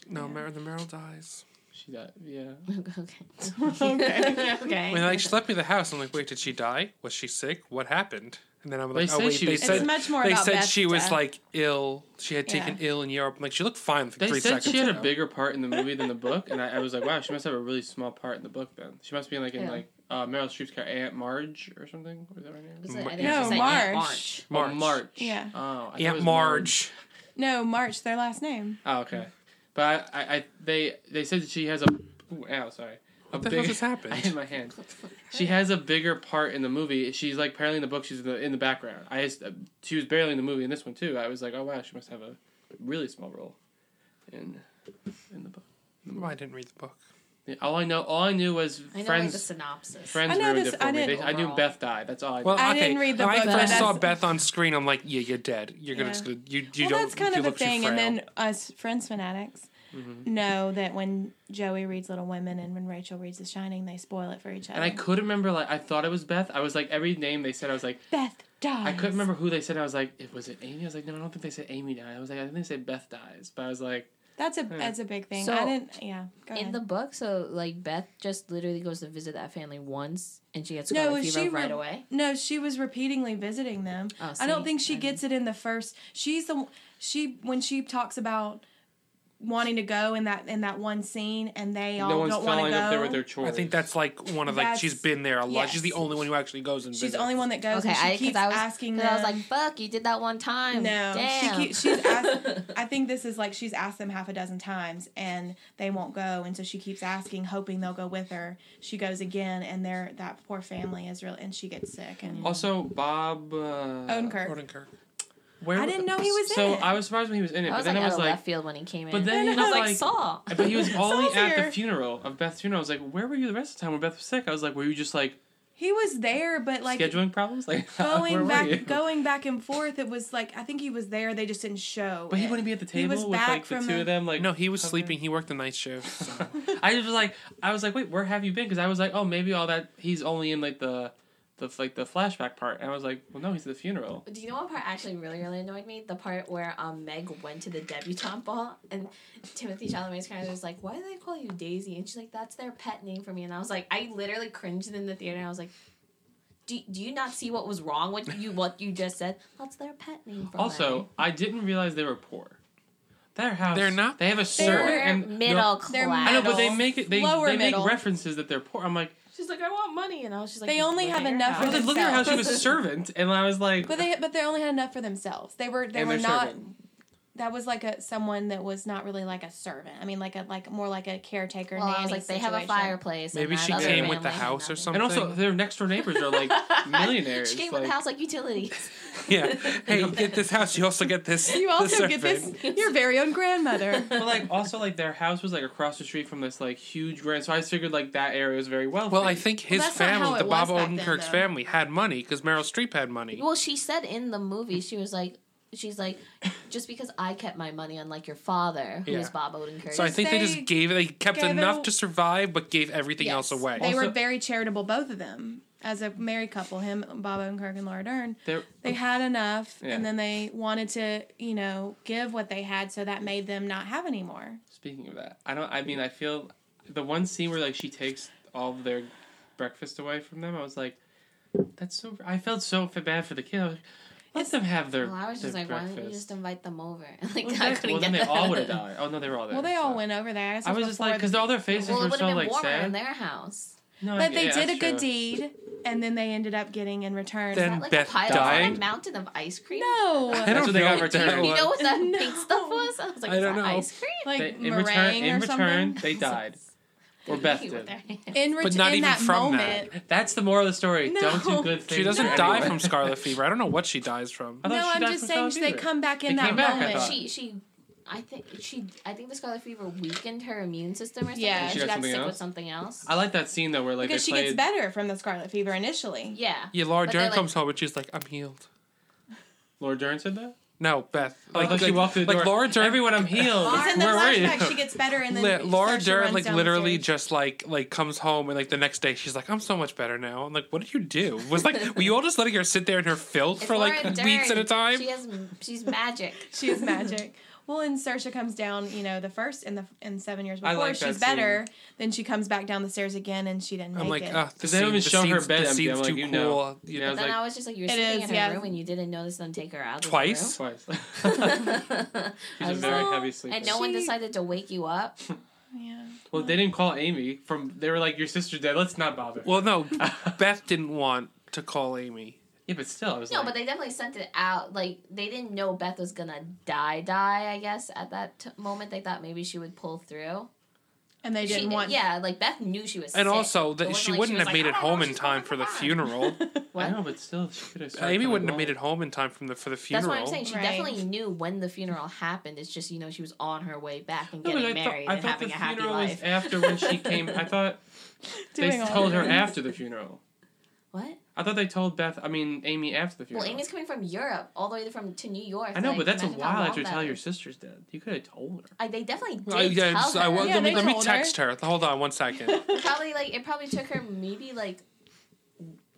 S3: No, Mer- the Meryl dies.
S1: She died. Yeah.
S5: Okay. okay. okay.
S3: I mean, like she left me the house. I'm like, wait, did she die? Was she sick? What happened? And then I'm like,
S1: They
S3: oh
S1: say
S3: wait,
S1: she
S3: they
S1: was
S3: said
S4: It's much more
S3: they
S4: about
S3: said
S4: Beth's
S3: she was
S4: death.
S3: like ill. She had taken ill in Europe. I'm like, she looked fine for
S1: They
S3: three
S1: said
S3: seconds.
S1: she had a
S3: ago.
S1: bigger part in the movie than the book, and I, I was like, wow, she must have a really small part in the book then. She must be like in
S5: Yeah.
S1: like uh, Meryl Streep's character Aunt Marge or something. Was that her name?
S5: Was it- I think
S3: No,
S5: it was like
S4: March.
S5: Aunt March.
S1: March.
S3: March.
S1: March.
S4: Yeah.
S1: Oh, I thought it
S3: Aunt
S1: was
S3: Marge.
S4: No, March. Their last name.
S1: Oh, okay. But I, I, I, they, they said that she has a. Ooh, ow, sorry. A
S3: What the
S1: big-
S3: hell just
S1: I hit
S3: happened?
S1: my hand. She has a bigger part in the movie. She's like apparently in the book. She's in the in the background. I just, uh, she was barely in the movie in this one too. I was like, oh wow, she must have a really small role in in the book.
S3: Well, I didn't read the book.
S1: Yeah, All I know, all I knew was
S5: I know like the
S1: friends.
S5: synopsis.
S1: friends
S4: I know
S1: ruined
S4: this-
S1: it for
S4: I
S1: me.
S4: didn't-
S1: They, I knew
S5: Overall.
S1: Beth died. That's all I knew.
S3: Well,
S4: I
S3: okay.
S4: didn't read the
S3: when
S4: book,
S3: I
S4: but
S3: first saw
S4: that's-
S3: Beth on screen. I'm like, yeah, you're dead. You're gonna
S4: Yeah.
S3: just gonna you you
S4: well,
S3: don't.
S4: that's kind
S3: you
S4: of a
S3: look too
S4: thing. And
S3: frail.
S4: then us Friends fanatics
S1: Mm-hmm.
S4: know that when Joey reads Little Women and when Rachel reads The Shining, they spoil it for each other.
S1: and I could remember like I thought it was Beth. I was like every name they said. I was like
S4: Beth dies.
S1: I couldn't remember who they said. I was like, it was it Amy. I was like, no, I don't think they said Amy died. I was like, I think they said Beth dies. But I was like,
S4: That's a
S1: Hmm.
S4: that's a big thing.
S5: So-
S4: I didn't. Yeah. Go
S5: In
S4: ahead.
S5: the book, so like Beth just literally goes to visit that family once, and she gets
S4: No,
S5: scarlet
S4: she
S5: fever right
S4: re-
S5: away.
S4: No, she was repeatedly visiting them.
S5: Oh,
S4: I don't
S5: see,
S4: think
S5: I
S4: she
S5: didn't-
S4: gets it in the first. She's the she when she talks about wanting to go in that in that one scene, and they all
S1: no one's
S4: don't want to
S1: following
S4: go.
S1: up there with their chores.
S3: I think that's like one of like she's
S4: That's-
S3: been there a lot. She's the
S4: yes.
S3: only one who actually goes and
S4: She's
S3: visits.
S4: the only one that goes.
S5: Okay,
S4: and Oh, she
S5: I,
S4: keeps
S5: cause I was
S4: asking.
S5: cause I was
S4: them-
S5: like, "Fuck, you did that one time."
S4: No,
S5: Damn.
S4: she keep, she's asked. I think this is like she's asked them half a dozen times, and they won't go, and so she keeps asking, hoping they'll go with her. She goes again, and they're that poor family is real, and she gets sick. And
S1: also Bob. Uh,
S4: Odenkirk.
S3: Odenkirk.
S1: Where
S4: I didn't know he was in
S1: So
S4: it.
S1: I was surprised when he was in it,
S5: I was
S1: but then
S5: like
S1: I
S5: out
S1: was
S5: of
S4: "Oh,
S1: like,
S5: left field when he came in.
S1: but then
S5: I
S1: he
S5: was
S1: was
S5: like,
S1: like-
S5: "Saw."
S1: but he was only
S4: Saul's
S1: at the
S4: here.
S1: funeral of Beth's funeral. I was like, where were you the rest of the time when Beth was sick? I was like, were you just like,
S4: He was there, but like
S1: scheduling problems? Like where
S4: going
S1: were you?
S4: back going back and forth it was like i think he was there they just didn't show
S1: But he
S4: it.
S1: wouldn't be at the
S4: He
S1: table
S4: was
S1: with
S4: back
S1: like the
S4: from
S1: two
S4: a-
S1: of them. Like
S3: No, he was
S1: covering-
S3: sleeping. He worked the night shift. so-
S1: I just was like, I was like, wait, where have you been? Because I was like, oh, maybe all that he's only in like the, the like the flashback part. And I was like, well, no, he's at the funeral.
S5: Do you know what part actually really, really annoyed me? The part where um, Meg went to the debutante ball and Timothy Chalamet's character was like, "Why do they call you Daisy?" And she's like, "That's their pet name for me." And I was like, I literally cringed in the theater. And I was like, "Do do you not see what was wrong with you? What you just said? That's their pet name." For
S1: Also, I didn't realize they were poor. Their house.
S3: They're not
S1: They have a
S5: me.
S1: certain
S5: they're
S1: and no-
S5: middle class.
S4: They're
S1: I know, but they
S4: middle.
S1: make it. They,
S4: Lower
S1: they make
S4: middle.
S1: references that they're poor. I'm like,
S5: she's like, "I want money," and I was just like,
S4: They only
S5: "Look
S4: have
S5: at your
S4: enough
S1: I was like,
S5: house."
S1: look at her how she was a servant, and I was like,
S4: but they but they only had enough for themselves they were they
S1: and
S4: were
S1: their
S4: not
S1: servant.
S4: that was like a someone that was not really like a servant i mean like a like more like a caretaker
S5: Well, I was
S4: nanny
S5: like, they have a
S4: situation.
S5: fireplace. and
S3: Maybe
S5: that
S3: she
S5: other
S3: came with the
S5: family had
S3: house or
S5: nothing.
S3: something.
S1: And also, their next door neighbors are like millionaires.
S5: She came
S1: like,
S5: with the house like utilities.
S3: yeah. Hey, you get this house. You also get this.
S4: you
S3: this
S4: also get this
S3: servant.
S4: your very own grandmother
S1: But like, also like their house was like across the street from this like huge grand. So I figured like that area was very wealthy.
S3: Well, I think his
S4: that's not how
S3: family,
S4: it
S3: the Bob
S4: was back then,
S3: Odenkirk's
S4: though.
S3: family, had money because Meryl Streep had money.
S5: Well, she said in the movie, she was like, she's like, just because I kept my money, unlike your father, who
S3: Yeah.
S5: was Bob Odenkirk.
S3: So I think they,
S4: they
S3: just gave they kept
S4: gave it
S3: enough
S4: a-
S3: to survive, but gave everything
S5: Yes.
S3: else away.
S4: they were
S1: Also-
S4: very charitable both of them as a married couple him bob odenkirk and laura dern
S1: They're-
S4: they had enough
S1: Oh. Yeah.
S4: and then they wanted to you know give what they had so that made them not have any more
S1: Speaking of that, I don't. I mean, I feel the one scene where like she takes all of their breakfast away from them. I was like, that's so. I felt so f- bad for the kid. I was like, Let them have their.
S5: well, I was just
S1: their
S5: like, why don't you just
S1: breakfast.
S5: invite them over? like,
S1: Well,
S5: I
S1: exactly.
S5: couldn't
S1: Well,
S5: get
S1: then they
S5: that.
S1: all would have died. Oh no, they were all there.
S4: Well, they all
S1: so.
S4: went over there. I, guess it
S1: I was
S4: was
S1: just
S4: before
S1: like, because
S4: the-
S1: all their faces
S5: Well, it
S1: were
S5: would
S1: so
S5: have been
S1: like
S5: warmer in
S1: sad.
S5: their house.
S1: No,
S4: but
S1: I-
S4: they
S1: yeah,
S4: did a
S1: that's
S4: good
S1: true.
S4: deed, and then they ended up getting in return.
S3: Then-
S5: Is
S3: And
S5: that like
S3: Beth
S5: a pile
S3: dying?
S5: of a mountain of ice cream?
S1: That's
S4: no,
S1: what they got
S3: what that
S1: returned.
S5: You know what that
S4: No.
S5: pink stuff was? I was like,
S3: I
S5: is
S3: don't
S5: that
S3: know.
S5: ice cream?
S4: like
S1: They, in
S4: meringue
S1: return, in
S4: or
S1: return,
S4: something.
S1: they died, or Beth did.
S4: In, ret-
S3: But not
S4: in
S3: even
S4: that
S3: from that.
S4: moment,
S1: That's the moral of the story.
S4: No.
S1: Don't do good things.
S3: She doesn't
S1: to
S3: die
S1: anyone.
S3: from scarlet fever. I don't know what she dies from.
S1: I thought
S4: No,
S1: she
S4: I'm
S1: died
S4: just
S1: from
S4: saying
S1: scarlet
S4: they
S1: fever.
S4: come back
S1: They
S4: in that
S1: came back, I
S4: moment.
S1: thought.
S5: she she I think she I think the scarlet fever weakened her immune system or something.
S4: Yeah.
S5: and
S4: She
S5: she,
S1: got
S5: got
S1: something
S5: sick with
S1: else?
S5: something else.
S1: I like that scene though, where like
S4: because
S1: they
S4: she
S1: played.
S4: gets better from the scarlet fever initially.
S5: yeah.
S3: Yeah, Laura
S5: But they're
S3: Dern
S5: like-
S3: comes home and she's like, "I'm healed."
S1: Laura Dern said that.
S3: No, Beth.
S1: Like, like, she walked through the
S3: like
S1: door.
S3: Laura Dern.
S1: Everyone, I'm healed.
S4: It's in the
S1: Where were you?
S4: flashback. She gets better, and then
S3: Li- Laura
S4: starts to
S3: Dern
S4: run
S3: like
S4: down the
S3: literally
S4: stairs.
S3: just like like comes home and like the next day she's like I'm so much better now. I'm like, what did you do? Was like were you all just letting her sit there in her filth
S5: It's
S3: for like
S5: Laura
S3: weeks at
S5: Dern.
S3: a time?
S5: She has, she's magic.
S4: She is magic. Well, and Sersha comes down, you know, the first in the in seven years
S1: I
S4: before
S1: like that
S4: she's better. Then she comes back down the stairs again, and she didn't
S3: I'm like,
S4: make it.
S3: uh, the
S1: Because they don't even show her bed
S3: The
S1: empty.
S3: scene's
S1: I'm like,
S3: too
S1: you
S3: cool.
S1: know.
S3: You
S1: Yeah, I
S3: know.
S1: was
S5: But then
S1: like-
S5: I was just like, you were
S4: It
S5: sitting
S4: is,
S5: in her
S4: yeah.
S5: room and you didn't notice them take her out. of the
S3: Twice?
S1: Twice.
S5: room.
S1: She's
S5: I
S1: a
S5: was
S1: very
S5: like,
S1: heavy sleeper.
S5: And no one
S4: She-
S5: decided to wake you up.
S4: yeah.
S1: well, they didn't call Amy. From they were like, your sister's dead. Let's not bother.
S3: Well, no, Beth didn't want to call Amy.
S1: yeah, but still, I was
S5: No,
S1: like,
S5: but they definitely sent it out. Like they didn't know Beth was gonna die. Die, I guess. At that t- moment, they thought maybe she would pull through.
S4: And they
S5: She
S4: didn't
S5: did-
S4: want.
S5: Yeah, like Beth knew she was.
S3: And
S5: sick.
S3: also,
S5: It
S3: that
S5: wasn't
S3: she
S5: like
S3: wouldn't
S5: was
S3: have
S5: like,
S3: made
S5: "I
S3: it
S5: don't know,
S3: home in
S5: she's
S3: time
S5: gonna
S3: for the
S5: die."
S3: funeral.
S1: I
S5: What?
S1: know, but still, she could have. started
S3: Amy
S1: coming
S3: wouldn't have made
S1: home.
S3: it home in time from the for the
S5: That's
S3: funeral.
S5: what I'm saying. She
S4: Right.
S5: definitely knew when the funeral happened. It's just you know she was on her way back and
S1: No,
S5: getting
S1: but I thought,
S5: married
S1: I
S5: and
S1: thought
S5: having
S1: the
S5: a happy
S1: funeral
S5: life.
S1: was after when she came. I thought they
S4: Doing all
S1: told her
S4: this.
S1: after the funeral.
S5: What?
S1: I thought they told Beth. I mean, Amy after the
S5: Well,
S1: funeral.
S5: Amy's coming from Europe all the way from to New York.
S1: I know,
S5: like,
S1: but that's a
S5: imagine how
S1: while
S5: long
S1: after you
S5: that
S1: tell
S5: is.
S1: your sister's dead. You could have told her.
S5: I, they definitely did
S3: I, yeah,
S5: tell
S3: just-
S5: her.
S3: I was,
S4: Yeah,
S3: let me,
S4: they
S3: let me
S4: told her.
S3: text her. Hold on one second.
S5: probably like it probably took her maybe like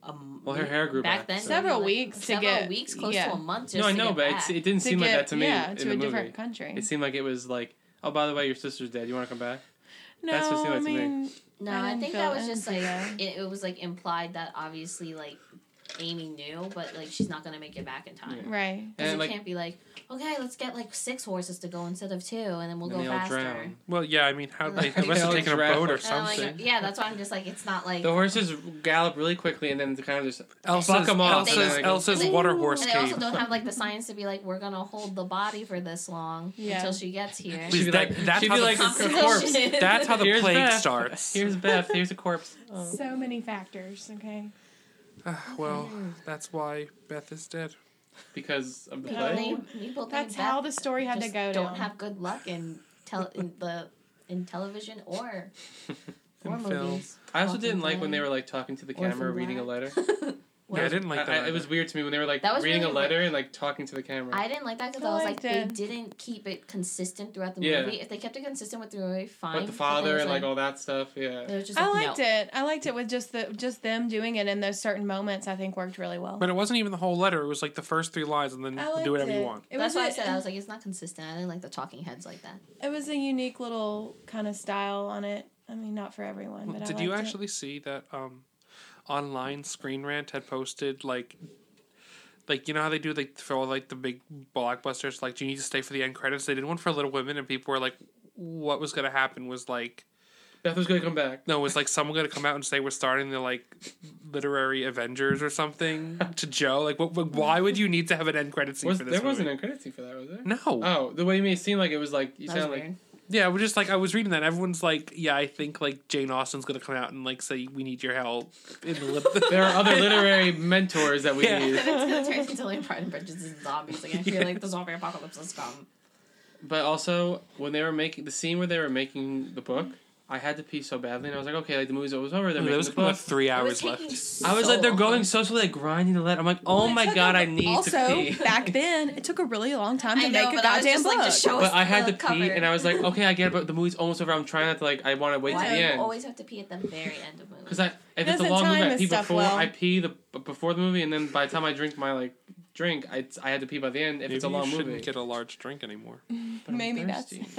S5: um
S1: Well, her hair grew back, so-
S4: Several weeks to
S5: several
S4: get-
S5: weeks close
S4: yeah.
S5: to a month just
S1: No, I
S5: to
S1: know,
S5: get
S1: but
S5: back.
S1: it's, it didn't
S4: To
S1: seem like
S4: get-
S1: that to me
S4: Yeah,
S1: in
S4: to
S1: the
S4: a
S1: movie.
S4: different country.
S1: It seemed like it was like, oh, by the way, your sister's dead. You want to come back?
S4: no,
S1: that's what it seemed
S4: I
S1: like to me.
S4: mean,
S5: no
S4: I
S5: I,
S4: didn't
S5: think
S4: feel-
S5: that
S4: I
S5: was
S4: didn't
S5: just
S4: see
S5: like
S4: that.
S5: it, it was like implied that obviously like Amy knew but like she's not gonna make it back in time
S1: Yeah.
S4: right.
S1: And,
S5: 'Cause it
S1: like-
S5: can't be like okay let's get like six horses to go instead of two and then we'll
S1: and
S5: go
S1: they
S5: faster
S1: all drown.
S3: Well, yeah, I mean, how
S5: Like,
S3: they, they must have
S1: Alex
S3: taken a
S1: Raffle.
S3: boat or
S1: And
S5: And I'm like,
S3: something.
S5: yeah that's why I'm just like it's not like
S1: The horses gallop really quickly, and then kind of just
S3: Elsa's,
S1: fuck them all.
S5: They-
S3: Elsa's,
S5: they-
S3: Elsa's
S5: they-
S3: water horse
S5: and they also
S3: came.
S5: don't have like the science to be like we're gonna hold the body for this long
S4: Yeah.
S5: until she gets here
S1: She'd be
S3: That-
S1: like,
S3: that's
S1: she'd
S3: how
S1: be
S3: the
S1: like a
S5: Composition.
S1: corpse.
S3: That's how the
S1: Here's
S3: plague
S1: Beth.
S3: starts.
S1: Here's Beth. Here's a corpse.
S5: Oh.
S4: So many factors. Okay.
S3: Ah, well, that's why Beth is dead.
S1: Because of the
S5: People
S4: No.
S1: plague.
S5: think- people think
S4: That's
S5: that
S4: how the story had to
S5: just
S4: go.
S5: don't
S4: down.
S5: have good luck in tel- in the in television or or
S3: In film.
S5: movies.
S1: I also
S5: Walking
S1: didn't like when
S5: Dead.
S1: they were like talking to the
S5: Orphan
S1: camera, reading a letter.
S5: Black.
S3: Oh Yeah, I didn't like
S1: I- I-
S3: that.
S1: it was weird to me when they were like
S5: That was
S1: reading a
S5: really
S1: letter and like talking to the camera.
S5: I didn't like that because
S4: I
S5: I was
S4: liked
S5: like
S4: it.
S5: they didn't keep it consistent throughout the
S1: Yeah.
S5: movie. If they kept it consistent with the movie, fine.
S1: But the father and like all that stuff. Yeah.
S4: I liked it. I liked it with just the just them doing it in those certain moments. I think worked really well.
S3: But it wasn't even the whole letter. It was like the first three lines, and then
S4: I liked
S3: do whatever
S4: it.
S3: you want.
S4: It
S5: That's
S4: was
S5: why I
S4: a-
S5: said I was like it's not consistent. I didn't like the talking heads like that.
S4: It was a unique little kind of style on it. I mean, not for everyone, but I
S3: Did you
S4: liked it.
S3: actually see that um, online Screen Rant had posted like, like you know how they do like for all like the big blockbusters? Like, do you need to stay for the end credits? They did one for Little Women, and people were like, "What was gonna happen?" Was like,
S1: Beth was gonna come back.
S3: no, was like someone gonna come out and say we're starting the like literary Avengers or something to Joe? Like, what, what, why would you need to have an end credit scene
S1: Was,
S3: for
S1: there
S3: this?
S1: wasn't
S3: movie?
S1: an credit scene for that, was there?
S3: no.
S1: Oh, the way you made it seem like it was like you
S5: That was
S1: sound like
S5: weird.
S3: Yeah, we're just like I was reading that. and Everyone's like, yeah, I think like Jane Austen's gonna come out and like say we need your help. In the lip-
S1: there are other literary mentors that we
S3: Yeah.
S1: need.
S5: It's gonna turn into like Pride and Prejudice and zombies. Like I feel like the zombie apocalypse has come.
S1: But also, when they were making the scene where they were making the book, I had to pee so badly, and I was like, okay, like the movie's almost over. They're
S3: there
S1: making
S3: was
S1: the
S3: kind
S1: book.
S3: of three
S5: It
S3: hours
S5: was
S3: left.
S5: taking
S1: I was
S5: so
S1: like, they're
S5: long.
S1: going so slowly, like grinding the letter. I'm like, oh
S4: It
S1: my
S4: took
S1: god,
S4: a-
S1: I need to
S4: also,
S1: pee.
S4: back then, it took a really long time to
S5: I know,
S4: make a
S5: but I was
S4: goddamn
S5: just
S4: book.
S5: like, just show us
S1: But I had
S5: the
S1: to pee,
S5: cover.
S1: and I was like, okay, I get it, but the movie's almost over. I'm trying not to like, I want to wait
S5: Why
S1: to
S5: do
S1: the
S5: you
S1: end
S5: always have to pee at the very end of movies?
S1: because I if it's a
S4: Doesn't
S1: long movie,
S4: time
S1: I
S4: this
S1: pee
S4: stuff
S1: before
S4: well.
S1: I pee the b- before the movie, and then by the time I drink my like drink, I I had to pee by the end if
S3: Maybe
S1: it's a long
S3: you shouldn't
S1: movie.
S3: get a large drink anymore.
S1: But I'm
S4: Maybe that's.
S1: thirsty.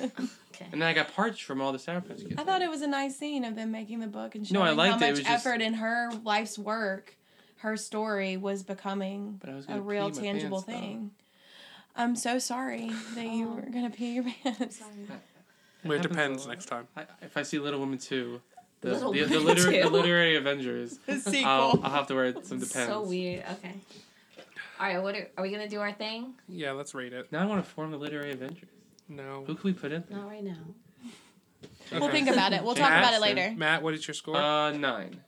S5: okay.
S1: And then I got parched from all the Sour Patch Kids.
S4: I thought it was a nice scene of them making the book and showing
S1: No, I
S4: how
S1: liked it. It
S4: much
S1: was just-
S4: effort in her life's work, her story was becoming
S1: But I was
S4: a
S1: gonna
S4: real
S1: pee my
S4: tangible
S1: pants, though.
S4: thing. I'm so sorry that you were gonna pee your pants.
S3: Well, it
S1: happens a
S3: depends
S1: lot.
S3: next time.
S1: I, if I see Little Women two, the
S5: Little
S1: the, the,
S5: Women
S1: literary, the
S5: 2.
S1: literary Avengers,
S4: The sequel.
S1: I'll, I'll have to wear some depends.
S5: So weird. Okay. All right. What are, are we gonna do? Our thing?
S3: Yeah, let's rate it.
S1: Now I want to form the literary Avengers.
S3: No.
S1: Who can we put in?
S5: Not right now.
S4: We'll think about it. We'll talk
S3: Matt,
S4: about it
S1: Jackson.
S4: later.
S3: Matt, what is your score?
S1: Uh, nine.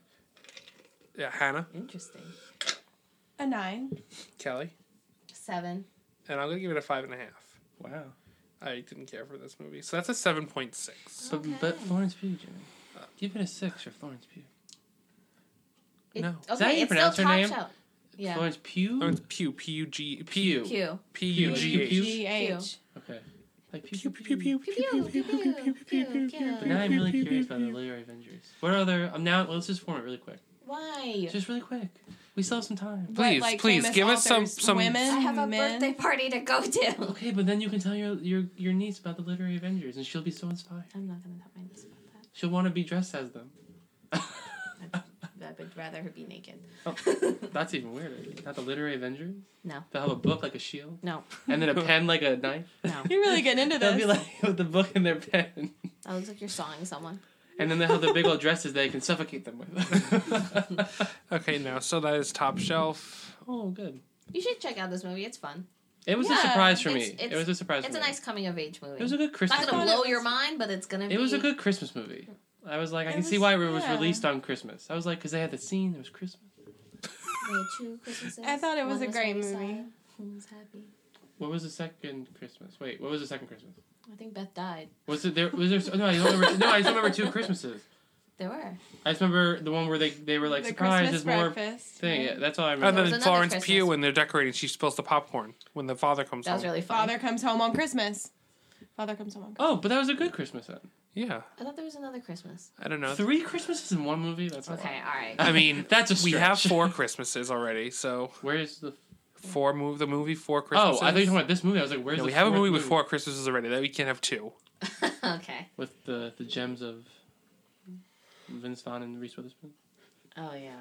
S3: yeah, Hannah,
S5: Interesting.
S4: A nine.
S3: Kelly,
S5: Seven.
S3: and I'm gonna give it a five and a half.
S1: Wow.
S3: I didn't care for this movie, so that's a seven point six.
S1: But, but
S5: Okay.
S1: Florence Pugh, Jimmy. Give it a six for Florence Pugh.
S5: It-
S3: No.
S5: Okay,
S1: Is that how you
S5: it's
S1: pronounce her
S5: still top
S1: name?
S5: shelf. Yeah.
S1: Florence Pugh.
S3: Oh, it's Pew. P U G P
S1: Pugh.
S5: Q.
S3: P U G
S1: Pew.
S3: H.
S4: G H.
S1: Okay. Like
S3: Pew pew pew pew
S5: Pew, pew, pew, pew, pew, pew,
S1: But now I'm really
S3: pew,
S1: curious
S3: pew,
S1: about the later Avengers. What other? Um, now let's just form it really quick.
S5: Why?
S1: Just really quick. We still have some time.
S3: Please, please,
S4: famous
S3: give us some-
S4: authors,
S3: some-
S4: women.
S5: I have a
S4: men.
S5: birthday party to go to.
S1: Okay, but then you can tell your your your niece about the literary Avengers, and she'll be so inspired.
S5: I'm not gonna tell my niece about that.
S1: She'll want to be dressed as them.
S5: I would rather her be naked.
S1: That's even weirder. Not the literary Avengers.
S5: No.
S1: They'll have a book like a shield,
S5: no,
S1: and then a pen like a knife.
S5: no.
S4: You're really getting into
S1: They'll be
S4: this.
S1: like with the book and their pen,
S5: That looks like you're sawing someone.
S1: and then they'll have the big old dresses they can suffocate them with.
S3: Okay, now so that is top shelf.
S1: oh, good.
S5: You should check out this movie. It's fun.
S1: It was a
S4: Yeah,
S1: surprise for me.
S5: it's- it's-
S1: it was a surprise.
S5: It's
S1: for
S5: a
S1: me.
S5: nice coming of age movie.
S1: It was a good Christmas.
S5: not
S1: movie.
S5: gonna blow your mind, but it's gonna.
S1: It was
S5: be-
S1: a good Christmas movie. I was like, I
S4: It
S1: can see
S4: was-
S1: why it was
S4: yeah.
S1: released on Christmas. I was like, because they had that scene. It was Christmas.
S5: There were two Christmases.
S4: I thought it was
S5: One
S4: a great
S5: when we saw
S4: movie.
S5: it, One was happy.
S1: What was the second Christmas? Wait, what was the second Christmas?
S5: I think Beth died.
S1: Was it there? Was there? No, I don't remember. no, I just remember two Christmases.
S5: There were.
S1: I just remember the one where they they were like, surprise, there's more
S4: breakfast.
S1: thing. Yeah, that's all I
S3: And
S1: remember.
S5: was
S3: then
S5: another
S3: Florence
S5: Christmas.
S3: Pugh, when they're decorating, she spills the popcorn when the father comes
S5: That was
S3: home.
S5: really fun.
S4: Father comes home on Christmas. Father comes home on Christmas.
S1: oh, but that was a good Christmas then.
S3: Yeah,
S5: I thought there was another Christmas.
S3: I don't know.
S1: Three Christmases in one movie. That's a lot.
S5: Okay, all right.
S3: I mean,
S1: That's a
S3: we
S1: stretch.
S3: have four Christmases already, so
S1: Where's the?
S3: four move the movie four
S1: Oh,
S3: Christmases.
S1: I thought you were talking about this movie. I was like, where's
S3: No,
S1: the?
S3: we have a
S1: fourth
S3: movie with four Christmases already. That we can't have two.
S5: okay.
S1: with the the gems of Vince Vaughn and Reese Witherspoon.
S5: Oh yeah.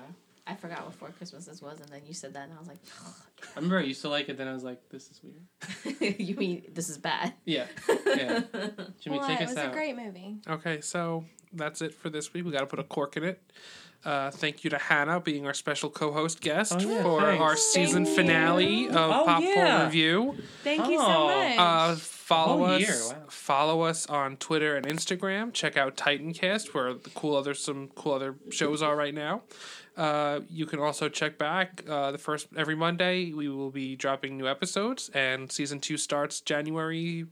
S5: I forgot what Four Christmases was, and then you said that, and I was
S1: I remember I used to like it. Then I was like, this is weird.
S5: like, "You mean this is bad?"
S1: Yeah. Jimmy,
S4: Well,
S1: take
S4: it
S1: us
S4: was
S1: out.
S4: a great movie.
S3: Okay, so that's it for this week. We got to put a cork in it. Uh, thank you to Hannah being our special co-host guest
S1: Oh, yeah,
S3: for
S1: thanks.
S3: our season
S4: you.
S3: finale of
S1: Oh,
S3: Popcorn
S1: yeah.
S3: Review.
S4: Thank you
S1: Oh,
S4: so much.
S3: Uh, follow
S1: whole
S3: us.
S1: year, wow.
S3: Follow us on Twitter and Instagram. Check out Titancast, where the cool other some cool other shows are right now. Uh, you can also check back uh, the first every Monday. We will be dropping new episodes, and season two starts January.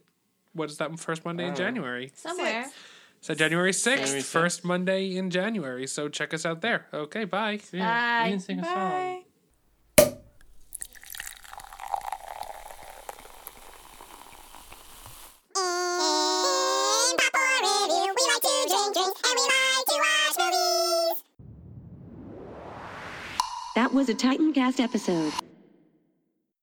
S3: What is that first Monday in
S1: Oh.
S3: January?
S5: Somewhere.
S4: Six.
S3: So January
S1: January
S3: 6th,
S1: sixth.
S3: first Monday in January. So check us out there. Okay, bye.
S1: Dude,
S5: Bye.
S1: You can sing a song.
S4: Bye.
S7: In Popcorn Review, we like to drink drinks and we like to watch movies.
S8: That was a Titancast episode.